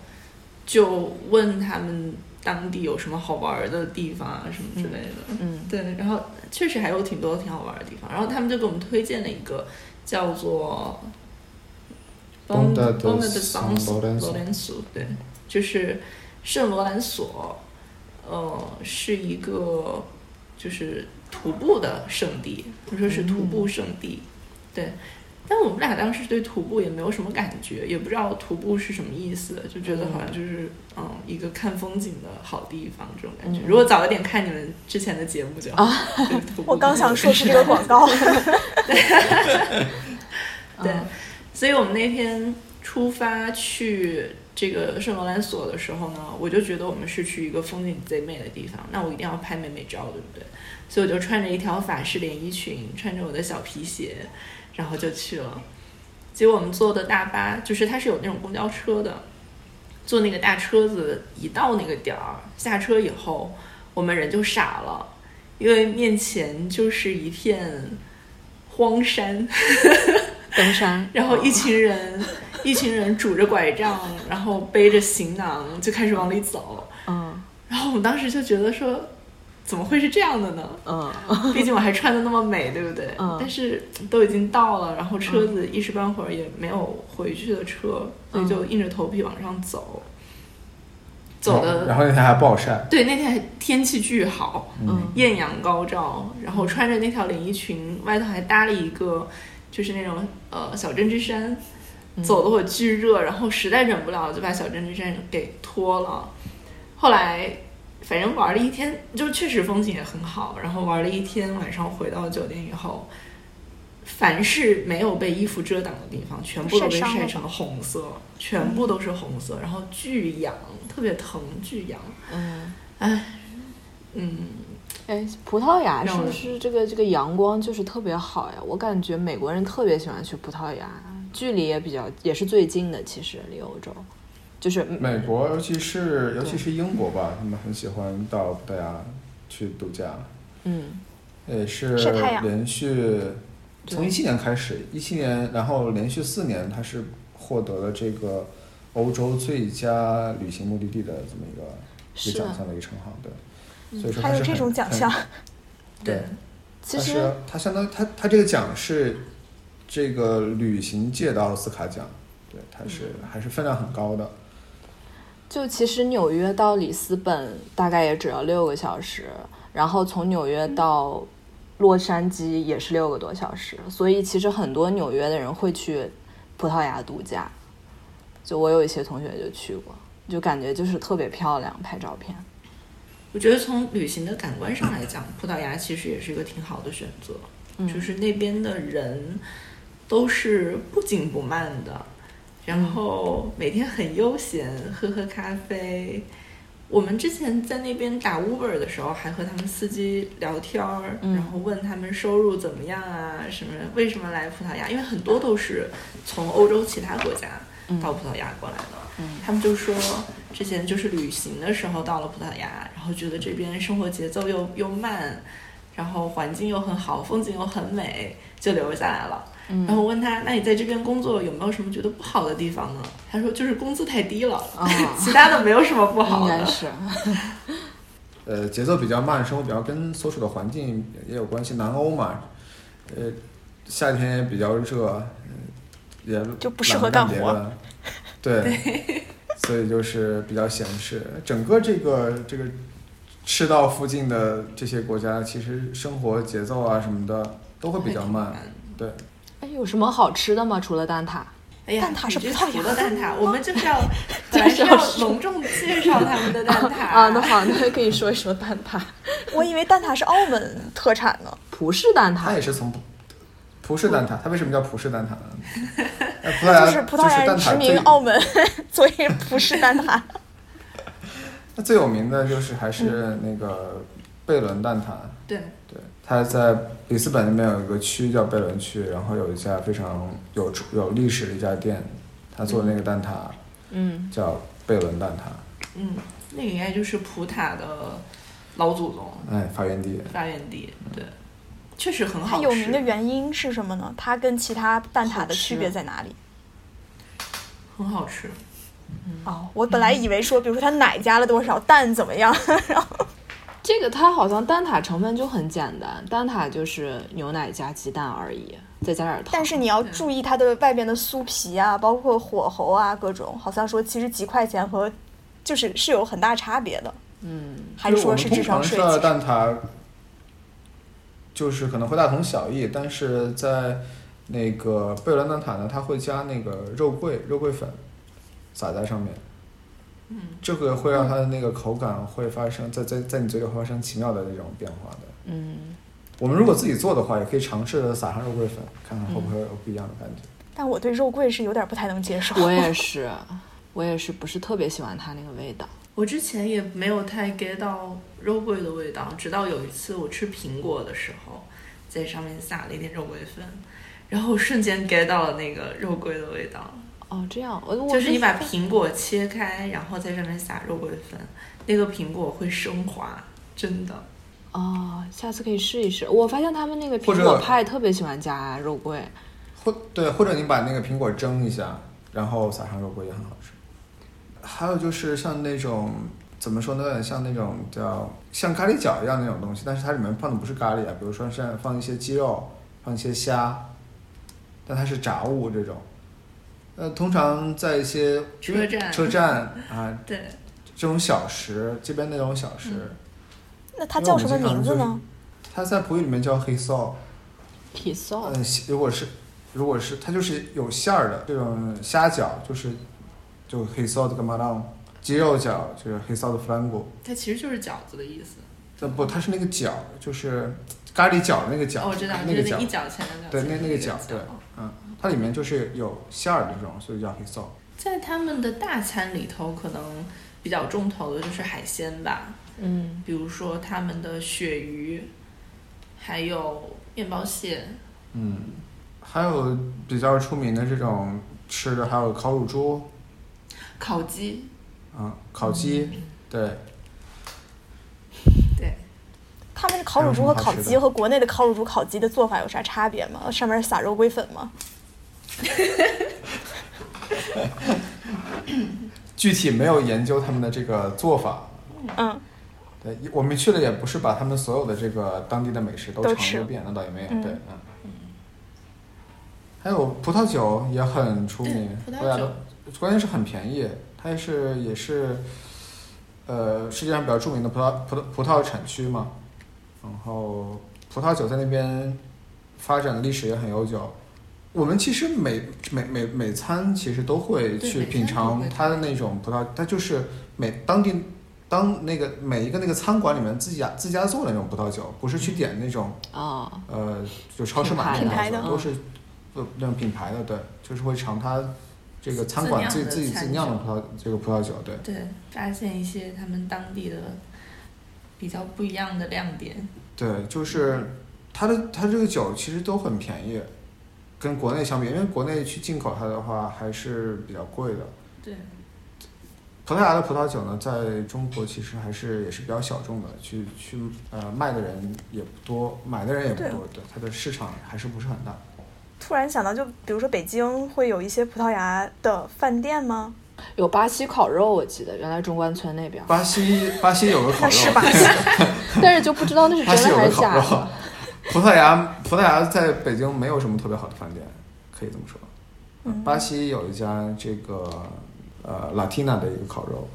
A: 就问他们当地有什么好玩的地方啊，什么之类的。
E: 嗯
A: 对，然后确实还有挺多挺好玩的地方。然后他们就给我们推荐了一个叫做
C: Bonda de
A: Bonda de
C: San
A: San
C: Lorenzo
A: Lorenzo，对，就是圣罗兰索，呃，是一个就是徒步的圣地，他说是徒步圣地，对。但我们俩当时对徒步也没有什么感觉，也不知道徒步是什么意思，就觉得好像就是嗯一个看风景的好地方这种
B: 嗯
A: 感觉。如果早一点看你们之前的节目就好。对徒步
B: 啊我刚想说
A: 是
B: 是这个广告，
E: 嗯
A: 对，所以我们那天出发去这个圣罗兰索的时候呢，我就觉得我们是去一个风景贼美的地方，那我一定要拍美美照，对不对？所以我就穿着一条法式连衣裙，穿着我的小皮鞋，然后就去了。结果我们坐的大巴，就是它是有那种公交车的，坐那个大车子，一到那个点儿下车以后，我们人就傻了，因为面前就是一片荒山，
E: 登山，
A: 然后一群人，一群人拄着拐杖，然后背着行囊就开始往里走。
E: 嗯
A: 然后我们当时就觉得说，怎么会是这样的呢？
E: 嗯
A: 毕竟我还穿的那么美，对不对？
E: 嗯
A: 但是都已经到了，然后车子一时半会儿也没有回去的车，所以就硬着头皮往上走。走
C: 然后然
A: 的
C: 后那天还暴晒，
A: 对，那天还天气巨好，
E: 嗯
A: 艳阳高照，然后穿着那条连衣裙，外头还搭了一个就是那种呃小针织衫，走的我巨热，然后实在忍不了了，就把小针织衫给脱了。后来反正玩了一天，就确实风景也很好，然后玩了一天，晚上回到酒店以后。凡是没有被衣服遮挡的地方，全部都被
B: 晒伤
A: 晒
B: 了吧
A: 成了红色，全部都是红色，然后巨痒，特别疼，巨痒。
E: 嗯，
A: 嗯，
E: 哎，葡萄牙
A: 让
E: 是
A: 我
E: 不是这个这个阳光就是特别好呀？我感觉美国人特别喜欢去葡萄牙，距离也比较也是最近的，其实离欧洲就是
B: 嗯
E: 嗯
C: 美国尤其是尤其是英国吧，他们很喜欢到葡萄牙去度假，
E: 嗯
C: 也是
B: 晒太阳
C: 连续
E: 对
C: 从一七年开始，一七年然后连续四年，它是获得了这个欧洲最佳旅行目的地的这么一个一
E: 是
C: 个
E: 啊
C: 奖
E: 的。
C: 项的一个称号，对，所以
B: *laughs* 啊嗯
C: 说它
B: 还有
C: 是
B: 这
C: 很
B: 种奖
C: 很
B: 项，
C: 对，
E: 其
C: 它
E: 实
C: 是它相当于它它这个奖是这个旅行界的奥斯卡奖，对，它是、
B: 嗯
C: 还是分量很高的。
E: 就其实纽约到里斯本大概也只要六个小时，然后从纽约到洛杉矶也是六个多小时，所以其实很多纽约的人会去葡萄牙度假。就我有一些同学就去过，就感觉就是特别漂亮，拍照片。
A: 我觉得从旅行的感官上来讲，葡萄牙其实也是一个挺好的选择，
E: 嗯
A: 就是那边的人都是不紧不慢的，然后每天很悠闲，喝喝咖啡。我们之前在那边打 Uber 的时候，还和他们司机聊天儿，
E: 嗯
A: 然后问他们收入怎么样啊，什么为什么来葡萄牙？因为很多都是从欧洲其他国家到葡萄牙过来的，他们就说之前就是旅行的时候到了葡萄牙，然后觉得这边生活节奏又又慢，然后环境又很好，风景又很美，就留下来了。
E: 嗯
A: 然后我问他，那你在这边工作有没有什么觉得不好的地方呢？他说就是工资太低了，
E: *laughs*
A: *laughs*
E: 啊
A: 其他的没有什么不好
E: 应
A: 的。
E: 该是，
C: 呃，节奏比较慢，生活比较跟所处的环境也有关系。南欧嘛，呃，夏天也比较热，呃也
B: 就不适
C: 懒
B: 合
C: 得干
B: 干
C: 别
B: 活 *laughs*
C: 的。对，所以就是比较闲适。整个这个这个赤道附近的这些国家，其实生活节奏啊什么的都会比较慢。对，
E: 哎，有什么好吃的吗？除了蛋挞？
A: 哎呀，
B: 蛋挞是
A: 你
B: 葡
A: 这
B: 萄牙
A: 除了蛋挞，我们就是要本
E: 就
A: 来
E: 是
A: 是
E: 要
A: 要
E: 说
A: 隆重介绍他们的蛋挞
E: *laughs* 啊，那好，那可以说一说蛋挞，
B: 我以为蛋挞是澳门特产呢。
E: 葡式蛋
C: 它
E: 挞
A: 哎
C: 也是从葡葡式蛋挞，它为什么叫葡式蛋挞呢？
B: *laughs*
C: 呃葡萄牙
B: 啊就是葡萄牙
C: 蛋
B: 人殖
C: 挞最
B: 民澳门， *laughs* 所以葡式蛋 *laughs* 挞。
C: 那最有名的就是还是那个贝伦蛋挞，
A: 对，
C: 对，它在里斯本那边有一个区叫贝伦区，然后有一家非常有出有历史的一家店，他做的那个蛋挞、
E: 嗯，
C: 叫贝伦蛋挞，
A: 嗯，那个应该就是葡挞的老祖宗。
C: 哎，发源地。
A: 发源地，对，确实很
B: 它
A: 好吃。
B: 有名的原因是什么呢？它跟其他蛋挞的区别
E: 好吃
B: 在哪里？
A: 很好吃，
B: 哦，我本来以为说，比如说它奶加了多少，蛋怎么样，
E: 这个它好像蛋挞成分就很简单，蛋挞就是牛奶加鸡蛋而已，再加点糖。
B: 但是你要注意它的外边的酥皮啊，包括火候啊，各种，好像说其实几块钱和就是是有很大差别的，
E: 嗯，
B: 还是
C: 就我
B: 说是
C: 们通
B: 智商
C: 常吃
B: 税？
C: 到的
B: 其实
C: 蛋挞，就是可能会大同小异，但是在那个贝伦蛋挞呢，它会加那个肉桂肉桂粉撒在上面，
A: 嗯，
C: 这个会让它的那个口感会发生在在在你嘴里会发生奇妙的那种变化的。
E: 嗯，
C: 我们如果自己做的话，也可以尝试着撒上肉桂粉，看看会不会有不一样的感觉。
B: 但我对肉桂是有点不太能接受。
E: 我也是，我也是不是特别喜欢它那个味道。
A: 我之前也没有太 get 到肉桂的味道，直到有一次我吃苹果的时候，在上面撒了一点肉桂粉，然后我瞬间 get 到了那个肉桂的味道。
E: 哦，这样，我我
A: 就是你把苹果切开，然后在上面撒肉桂粉，那个苹果会升华，真的。
E: 哦，下次可以试一试。我发现他们那个
C: 或
E: 苹
C: 者
E: 果派特别喜欢加肉桂，
C: 或对，或者你把那个苹果蒸一下，然后撒上肉桂也很好吃。还有就是像那种怎么说呢，有点像那种叫像咖喱饺一样那种东西，但是它里面放的不是咖喱啊，比如说像放一些鸡肉，放一些虾，但它是炸物这种。呃，通常在一些
A: 车站
C: 车站啊
A: 对，
C: 这种小食，这边那种小食，
A: 嗯
B: 那它叫什么名字呢？
C: 它在葡语里面叫黑臊。
E: 体臊
C: 嗯，西如果是如果是它就是有馅儿的这种虾饺，就是就黑烧的干嘛当，鸡肉饺就是黑烧的 flango，
A: 它其实就是饺子的意思。
C: 这不它是那个饺，就是咖喱饺那个饺，
A: 哦，我知道，
C: 那
A: 就
C: 个
A: 是那一
C: 饺，
A: 角钱两角
C: 对，那
A: 钱
C: 那
A: 个
C: 个饺，对，嗯，它里面就是有馅儿的这种，所以叫黑烧。
A: 在他们的大餐里头，可能比较重头的就是海鲜吧，
E: 嗯，
A: 比如说他们的鳕鱼，还有面包蟹。
C: 嗯，还有比较出名的这种吃的，还有烤乳猪，
A: 烤鸡，
C: 嗯，烤鸡，对，
A: 对，
B: 他们是烤乳猪和烤
C: 还有什么好吃
B: 鸡
C: 的
B: 和国内的烤乳猪、烤鸡的做法有啥差别吗？上面撒肉桂粉吗？
C: 具体没有研究他们的这个做法，
B: 嗯，
C: 对，我们去了也不是把他们所有的这个当地的美食都
B: 都
C: 尝了
B: 吃
C: 个遍，那倒也没有。
B: 嗯
C: 对，嗯。还有葡萄酒也很出
A: 对
C: 名，
A: 葡萄
C: 大家都
A: 酒
C: 关键是很便宜，它也是也是，呃，世界上比较著名的葡萄葡萄葡萄产区嘛。然后葡萄酒在那边发展的历史也很悠久。我们其实每每每每餐其实都会
A: 对
C: 去
A: 每餐
C: 品尝
A: 都会
C: 它的那种葡萄，它就是每当地当那个每一个那个餐馆里面自家自家做的那种葡萄酒，不是
A: 嗯
C: 去点那种
E: 哦，
C: 呃就超市买
B: 品
C: 那
B: 牌
C: 种
B: 的嗯
C: 酒，都是呃那种品牌的，对，就是会尝它这个餐馆
A: 自
C: 自
A: 酿的
C: 己自己自
A: 餐
C: 己酿的葡萄这个葡萄酒，对。
A: 对，发现一些他们当地的比较不一样的亮点。
C: 对，就是它的它这个酒其实都很便宜，跟国内相比，因为国内去进口它的话还是比较贵的。
A: 对，
C: 葡萄牙的葡萄酒呢，在中国其实还是也是比较小众的，去去呃卖的人也不多，买的人也不
B: 对
C: 多，对它的市场还是不是很大。
B: 突然想到，就比如说北京会有一些葡萄牙的饭店吗？
E: 有巴西烤肉，我记得原来中关村那边，
C: 巴西巴西有个烤
B: 那
C: 肉，
B: 是
C: *laughs*
B: 吧？
E: 但是就不知道那
B: *laughs*
E: 是
C: 巴西
E: 真
C: 有
E: 的还
C: 个烤
E: 是假
C: 肉
E: 的。，
C: 葡萄牙葡萄牙在北京没有什么特别好的饭店，可以这么说。
B: 嗯
C: 巴西有一家这个呃 Latina 的一个烤肉，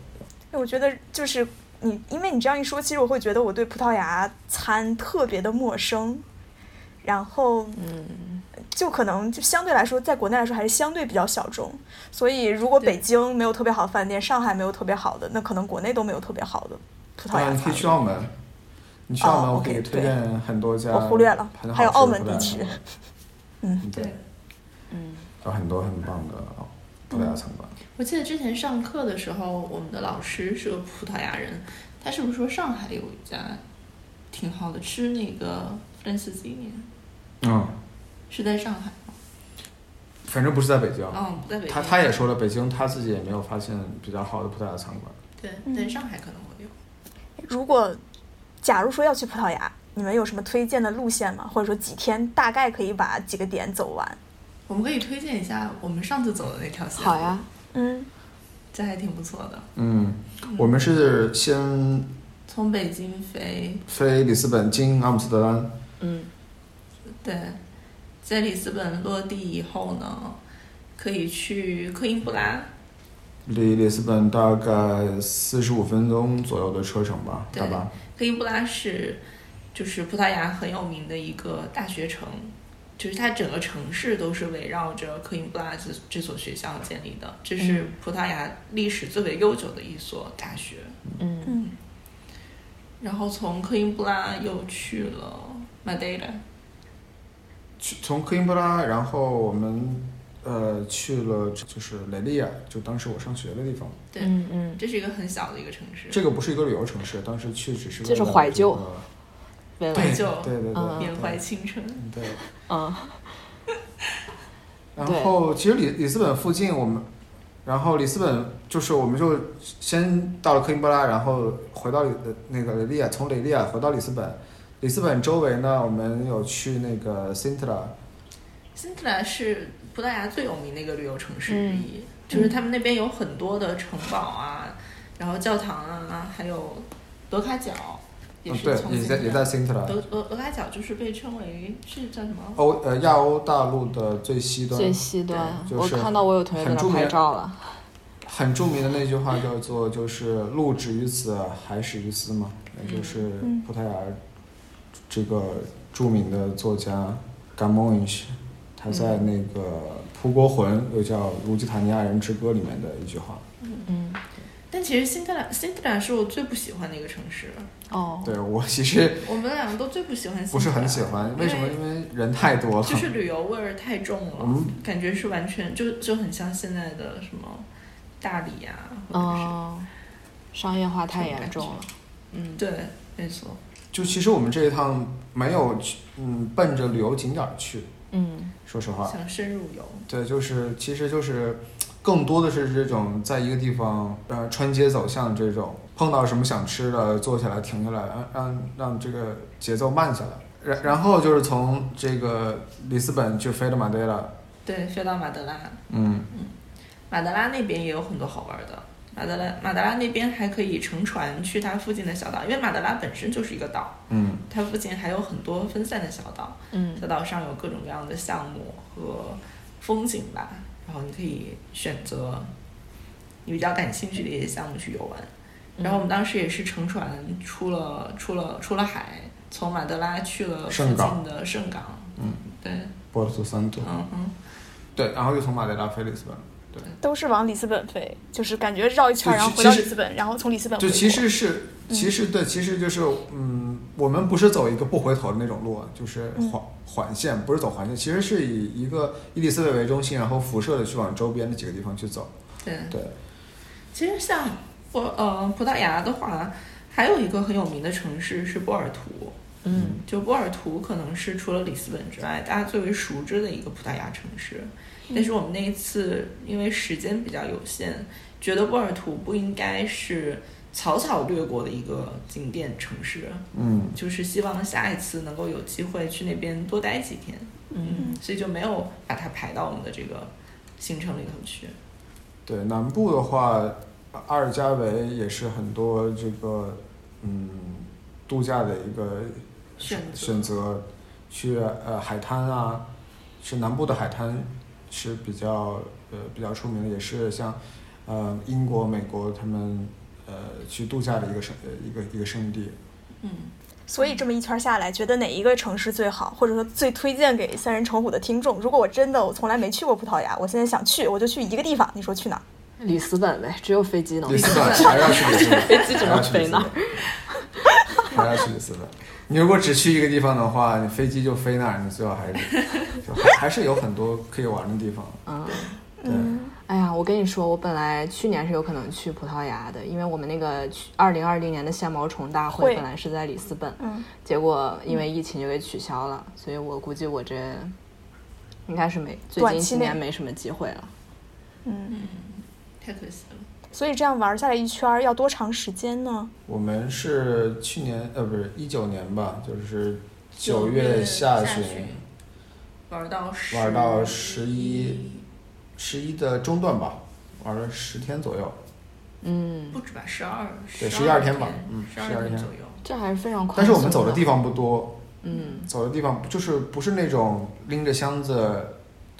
B: 我觉得就是你，因为你这样一说，其实我会觉得我对葡萄牙餐特别的陌生，然后
E: 嗯，
B: 就可能就相对来说，在国内来说还是相对比较小众。所以如果
A: 对
B: 北京没有特别好的饭店，上海没有特别好的，那可能国内都没有特别好的葡萄
C: 当
B: 牙
C: 然你可
B: 餐
C: 以。去澳门，你去澳门
B: 哦
C: 我可以
B: OK，
C: 推荐很多家，
B: 我忽略了
C: 很好吃的
B: 还有澳门
C: 葡萄牙
B: 地区
C: *laughs* 餐馆，
B: 嗯
C: 对
A: 对，
E: 嗯，
C: 有很多很棒的葡萄
B: 嗯
C: 牙餐馆。
A: 我记得之前上课的时候，我们的老师是个葡萄牙人，他是不是说上海有一家挺好的，吃那个弗兰斯基面，
C: 嗯，
A: 是在上海吗？
C: 反正不是在北京，
A: 哦，不在北京。
C: 他他也说了，北京他自己也没有发现比较好的葡萄牙餐馆。
A: 对，
B: 嗯
A: 在上海可能会有。
B: 如果假如说要去葡萄牙，你们有什么推荐的路线吗？或者说几天大概可以把几个点走完？
A: 我们可以推荐一下我们上次走的那条线。
E: 好呀，，
B: 嗯，
A: 这还挺不错的。
C: 嗯，我们是先
A: 从北京飞，
C: 飞里斯本经阿姆斯特丹，
E: 嗯，
A: 对，在里斯本落地以后呢，可以去科因布拉，
C: 离里斯本大概四十五分钟左右的车程吧，
A: 对
C: 大巴。
A: 科因布拉是就是葡萄牙很有名的一个大学城，就是它整个城市都是围绕着科林布拉这这所学校建立的，这是葡萄牙历史最为悠久的一所大学。
E: 嗯
B: 嗯，
A: 然后从科林布拉又去了 Madeira，
C: 去从科林布拉，然后我们呃去了就是雷利亚，就当时我上学的地方。
A: 对
E: 嗯嗯，
A: 这是一个很小的一个城市，
C: 这个不是一个旅游城市，当时去只是为
E: 就是
C: 了
E: 怀
C: 这
E: 旧
C: 个
E: 对
A: 怀
C: 对
A: 旧
C: 对对对
E: 嗯
A: 缅怀
C: 对
A: 青春。
C: 对。
E: 嗯
C: 然
E: 对
C: 后其实里里斯本附近我们，然后里斯本就是我们就先到了科林布拉，然后回到里呃那个雷利亚，从雷利亚回到里斯本。里斯本周围呢，我们有去那个 Sintra，
A: 辛特拉是葡萄牙最有名的一个旅游城市之一，就是他们那边有很多的城堡啊，然后教堂啊，还有德卡角，也
C: 嗯
A: 是
C: 对，
A: 从
C: 也在
A: Sintra
C: 也在 Sintra，
A: 德呃德德卡角就是被称为是叫什么？
C: 欧呃亚欧大陆的最西端，
E: 最西端，
C: 对就
E: 我
C: 是
E: 看到我有同学在
C: 很著
E: 那
C: 名
E: 拍照了。
C: 很著名的那句话叫做就是“路止于此，海始于斯”嘛，也就是
B: 嗯
C: 葡萄牙这个著名的作家 Camões，他在那个《葡国魂》又叫《卢基塔尼亚人之歌》里面的一句话。
E: 嗯，
A: 但其实辛特拉辛特拉是我最不喜欢的一个城市，
E: 哦，
C: 对我其实
A: 我们两个都最不喜欢辛特拉，
C: 不是很喜欢，为什么？因为人太多了。
A: 就是旅游味儿太重了，
C: 嗯
A: 感觉是完全就就很像现在的什么大理呀、或者是
E: 哦，商业化太严重了。嗯
A: 对，没错。
C: 就其实我们这一趟没有去，嗯，奔着旅游景点儿去，
E: 嗯
C: 说实话。
A: 想深入游，
C: 对，就是其实就是更多的是这种在一个地方呃穿街走巷这种，碰到什么想吃的坐下来停下来，让让让这个节奏慢下来。然然后就是从这个里斯本去飞到马德拉，
A: 对，飞到马德拉，
C: 嗯，
A: 马德拉那边也有很多好玩的。马德拉马德拉那边还可以乘船去它附近的小岛，因为马德拉本身就是一个岛，
C: 嗯，
A: 它附近还有很多分散的小岛，
E: 嗯
A: 小岛上有各种各样的项目和风景吧，然后你可以选择你比较感兴趣的一些项目去游玩。然后我们当时也是乘船出了出了出了海，从马德拉去了附
C: 圣
A: 近
C: 港
A: 的圣港，
C: 嗯，
A: 对，
C: 波尔图三度，
A: 嗯嗯。
C: 对，然后又从马德拉飞里斯本。
B: 都是往里斯本飞，就是感觉绕一圈，
C: 对
B: 然后
C: 其
B: 回到
C: 其
B: 里
C: 实
B: 斯本，然后从里斯本回
C: 就
B: 国。嗯
C: 其实是，其实对，其实就是，嗯，我们不是走一个不回头的那种路，啊就是
B: 嗯
C: 环环线，不是走环线，其实是以一个伊里斯本为中心，然后辐射的去往周边的几个地方去走。
A: 对，
C: 对，
A: 其实像波呃葡萄牙的话，还有一个很有名的城市是波尔图。
E: 嗯
A: 就波尔图可能是除了里斯本之外，大家最为熟知的一个葡萄牙城市。但是我们那一次因为时间比较有限，觉得波尔图不应该是草草略过的一个景点城市，
C: 嗯，
A: 就是希望下一次能够有机会去那边多待几天。
E: 嗯，
A: 所以就没有把它排到我们的这个行程里头去。
C: 对，南部的话，阿尔加维也是很多这个嗯度假的一个
A: 选择
C: 选择，去呃海滩啊，是南部的海滩是比较呃比较出名的，也是像呃英国、美国他们呃去度假的一个圣呃一个一个圣地。
A: 嗯，
B: 所以这么一圈下来，觉得哪一个城市最好，或者说最推荐给三人成虎的听众？如果我真的我从来没去过葡萄牙，我现在想去，我就去一个地方，你说去哪儿？
E: 嗯里斯本呗，只有飞机能
C: 里斯
E: 飞。
C: 本还要去里斯本，
E: 飞机只能
C: 还要去里
E: 飞
C: 斯
E: 那
C: 本，还要去里斯本。你如果只去一个地方的话，你飞机就飞那儿，你最好还是就还还是有很多可以玩的地方。
E: 嗯。
C: 对，
E: 哎呀，我跟你说，我本来去年是有可能去葡萄牙的，因为我们那个二零二零年的线毛虫大会嗯
B: 会
E: 本来是在里斯本，
B: 嗯，
E: 结果因为疫情就给取消了，所以我估计我这应该是没最
B: 短
E: 近
B: 期
E: 几
B: 内
E: 年没什么机会了。
A: 嗯太可惜了。
B: 嗯所以这样玩下来一圈儿要多长时间呢？
C: 我们是去年呃不是一九年吧，就是九
A: 月
C: 下
A: 旬
C: 旬，
A: 玩到十
C: 玩到11十一的中段吧，玩了十天左右，
E: 嗯，
A: 不止吧，十二
C: 对
A: 12
C: 12天吧嗯
A: 十二
C: 12天
A: 左右。
E: 这还是非常快。
C: 但是我们走
E: 啊
C: 的地，方不多，
E: 嗯，
C: 走的地方就是不是那种拎着箱子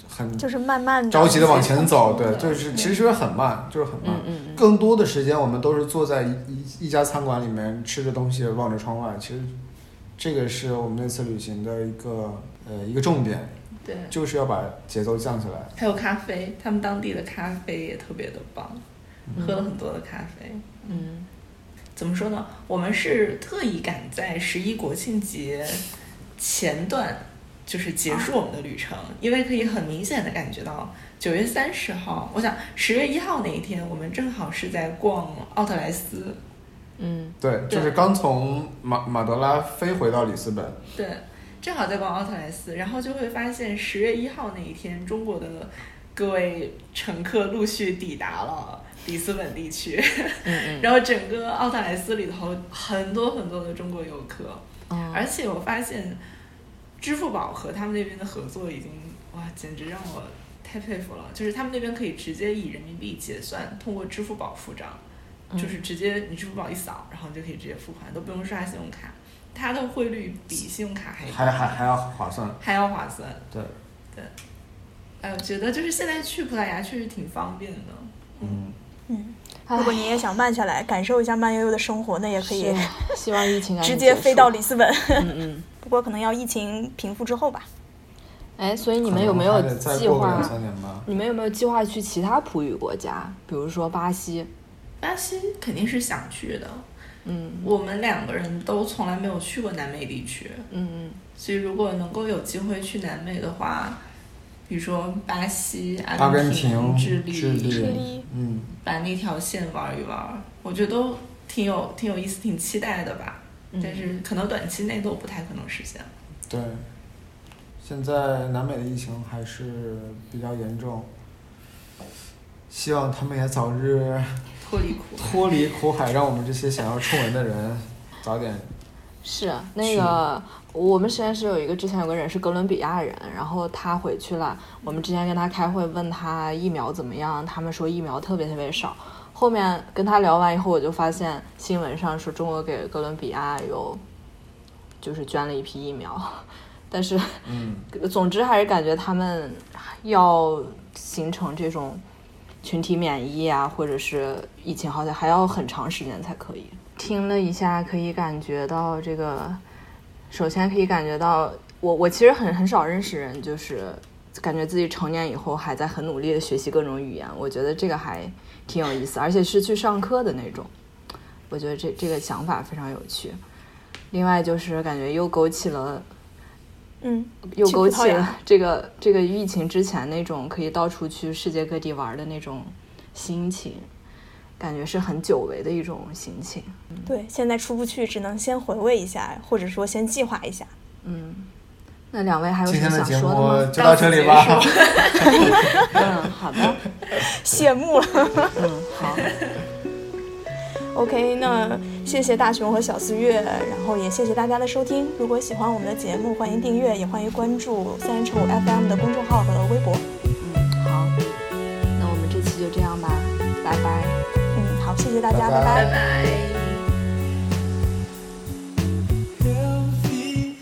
C: 很
E: 嗯
B: 就是慢慢的，
C: 着急的往前走，
A: 对
C: 对，就是其实就是很慢，就是很慢
E: 嗯。嗯嗯，
C: 更多的时间我们都是坐在一一一家餐馆里面吃着东西，望着窗外，其实这个是我们那次旅行的一个呃一个重点，
A: 对，
C: 就是要把节奏降下来。
A: 还有咖啡，他们当地的咖啡也特别的棒，
E: 嗯
C: 嗯
A: 喝了很多的咖啡。嗯，怎么说呢？我们是特意赶在十一国庆节前段，就是结束我们的旅
C: 啊
A: 程，因为可以很明显的感觉到，九月三十号，我想十月一号那一天，我们正好是在逛奥特莱斯。
E: 嗯，
C: 对，就是刚从马马德拉飞回到里斯本，
A: 对，正好在逛奥特莱斯，然后就会发现十月一号那一天，中国的各位乘客陆续抵达了里斯本地区，
E: 嗯
A: 然后整个奥特莱斯里头很多很多的中国游客，
E: 嗯，
A: 而且我发现支付宝和他们那边的合作已经哇，简直让我太佩服了，就是他们那边可以直接以人民币结算，通过支付宝付账。
E: 嗯
A: 就是直接你支付宝一扫，然后你就可以直接付款，都不用刷信用卡。它的汇率比信用卡还低
C: 还还还要划算。
A: 还要划算。
C: 对，
A: 哎，我觉得就是现在去葡萄牙确实挺方便的。
C: 嗯，
B: 如果你也想慢下来，感受一下慢悠悠的生活，那也可以
E: 是 *laughs* 希望疫情赶紧
B: 直接
E: 结
B: 飞
E: 束
B: 到里斯本。
E: 嗯嗯。
B: 不过可能要疫情平复之后吧。
E: 哎，所以你们有没有
C: 嗯可能还得再
E: 计
C: 过个
E: 划
C: 两？三年吧？
E: 你们有没有计划去其他葡语国家，比如说巴西？
A: 巴西肯定是想去的，
E: 嗯
A: 我们两个人都从来没有去过南美地区，
E: 嗯
A: 所以如果能够有机会去南美的话，比如说巴西、
C: 阿根
A: 廷、
C: 廷、
A: 智
C: 智
B: 利
C: 嗯，
A: 把那条线玩一玩，我觉得都挺有挺有意思、挺期待的吧。
E: 嗯
A: 但是可能短期内都不太可能实现了。
C: 对。现在南美的疫情还是比较严重，希望他们也早日
A: 脱离苦海，
C: 脱离苦海，让我们这些想要出门的人早点。
E: 是啊那个，我们实验室有一个之前有个人是哥伦比亚人，然后他回去了。我们之前跟他开会，问他疫苗怎么样，他们说疫苗特别特别少。后面跟他聊完以后，我就发现新闻上说中国给哥伦比亚有，就是捐了一批疫苗， *laughs* 但是
C: 嗯，
E: 总之还是感觉他们要形成这种群体免疫啊，或者是疫情好像还要很长时间才可以。听了一下，可以感觉到这个，首先可以感觉到我我其实很很少认识人，就是感觉自己成年以后还在很努力的学习各种语言，我觉得这个还挺有意思，而且是去上课的那种，我觉得这这个想法非常有趣。另外就是感觉又勾起了
B: 嗯，
E: 又
B: 去
E: 勾
B: 葡
E: 起
B: 萄牙
E: 了 *laughs* 这个这个疫情之前那种可以到处去世界各地玩的那种心情，感觉是很久违的一种心情。
B: 对，现在出不去，只能先回味一下，或者说先计划一下。
E: 嗯，那两位还有
C: 今
E: 什么
C: 天的节
E: 想说
C: 目
E: 吗？
C: 就到这里吧
A: 到。此结束
E: *laughs* 嗯，好的，
B: 谢幕了。
E: 嗯，好，
B: OK，那谢谢大熊和小四月，然后也谢谢大家的收听。如果喜欢我们的节目，欢迎订阅，也欢迎关注三人成虎 FM 的公众号和微博。
E: 嗯，好，那我们这期就这样吧，拜拜。
B: 嗯，好，谢谢大家，
C: 拜拜
B: 拜
A: 拜拜。
D: Eu vi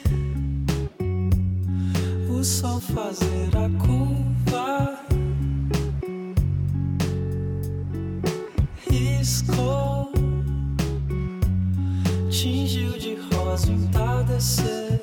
D: o sol fazer a curva, riscou, tingiu de rosa o entardecer.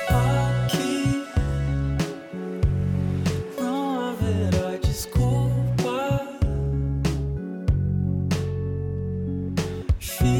D: Aqui não haverá desculpa. Fique é é um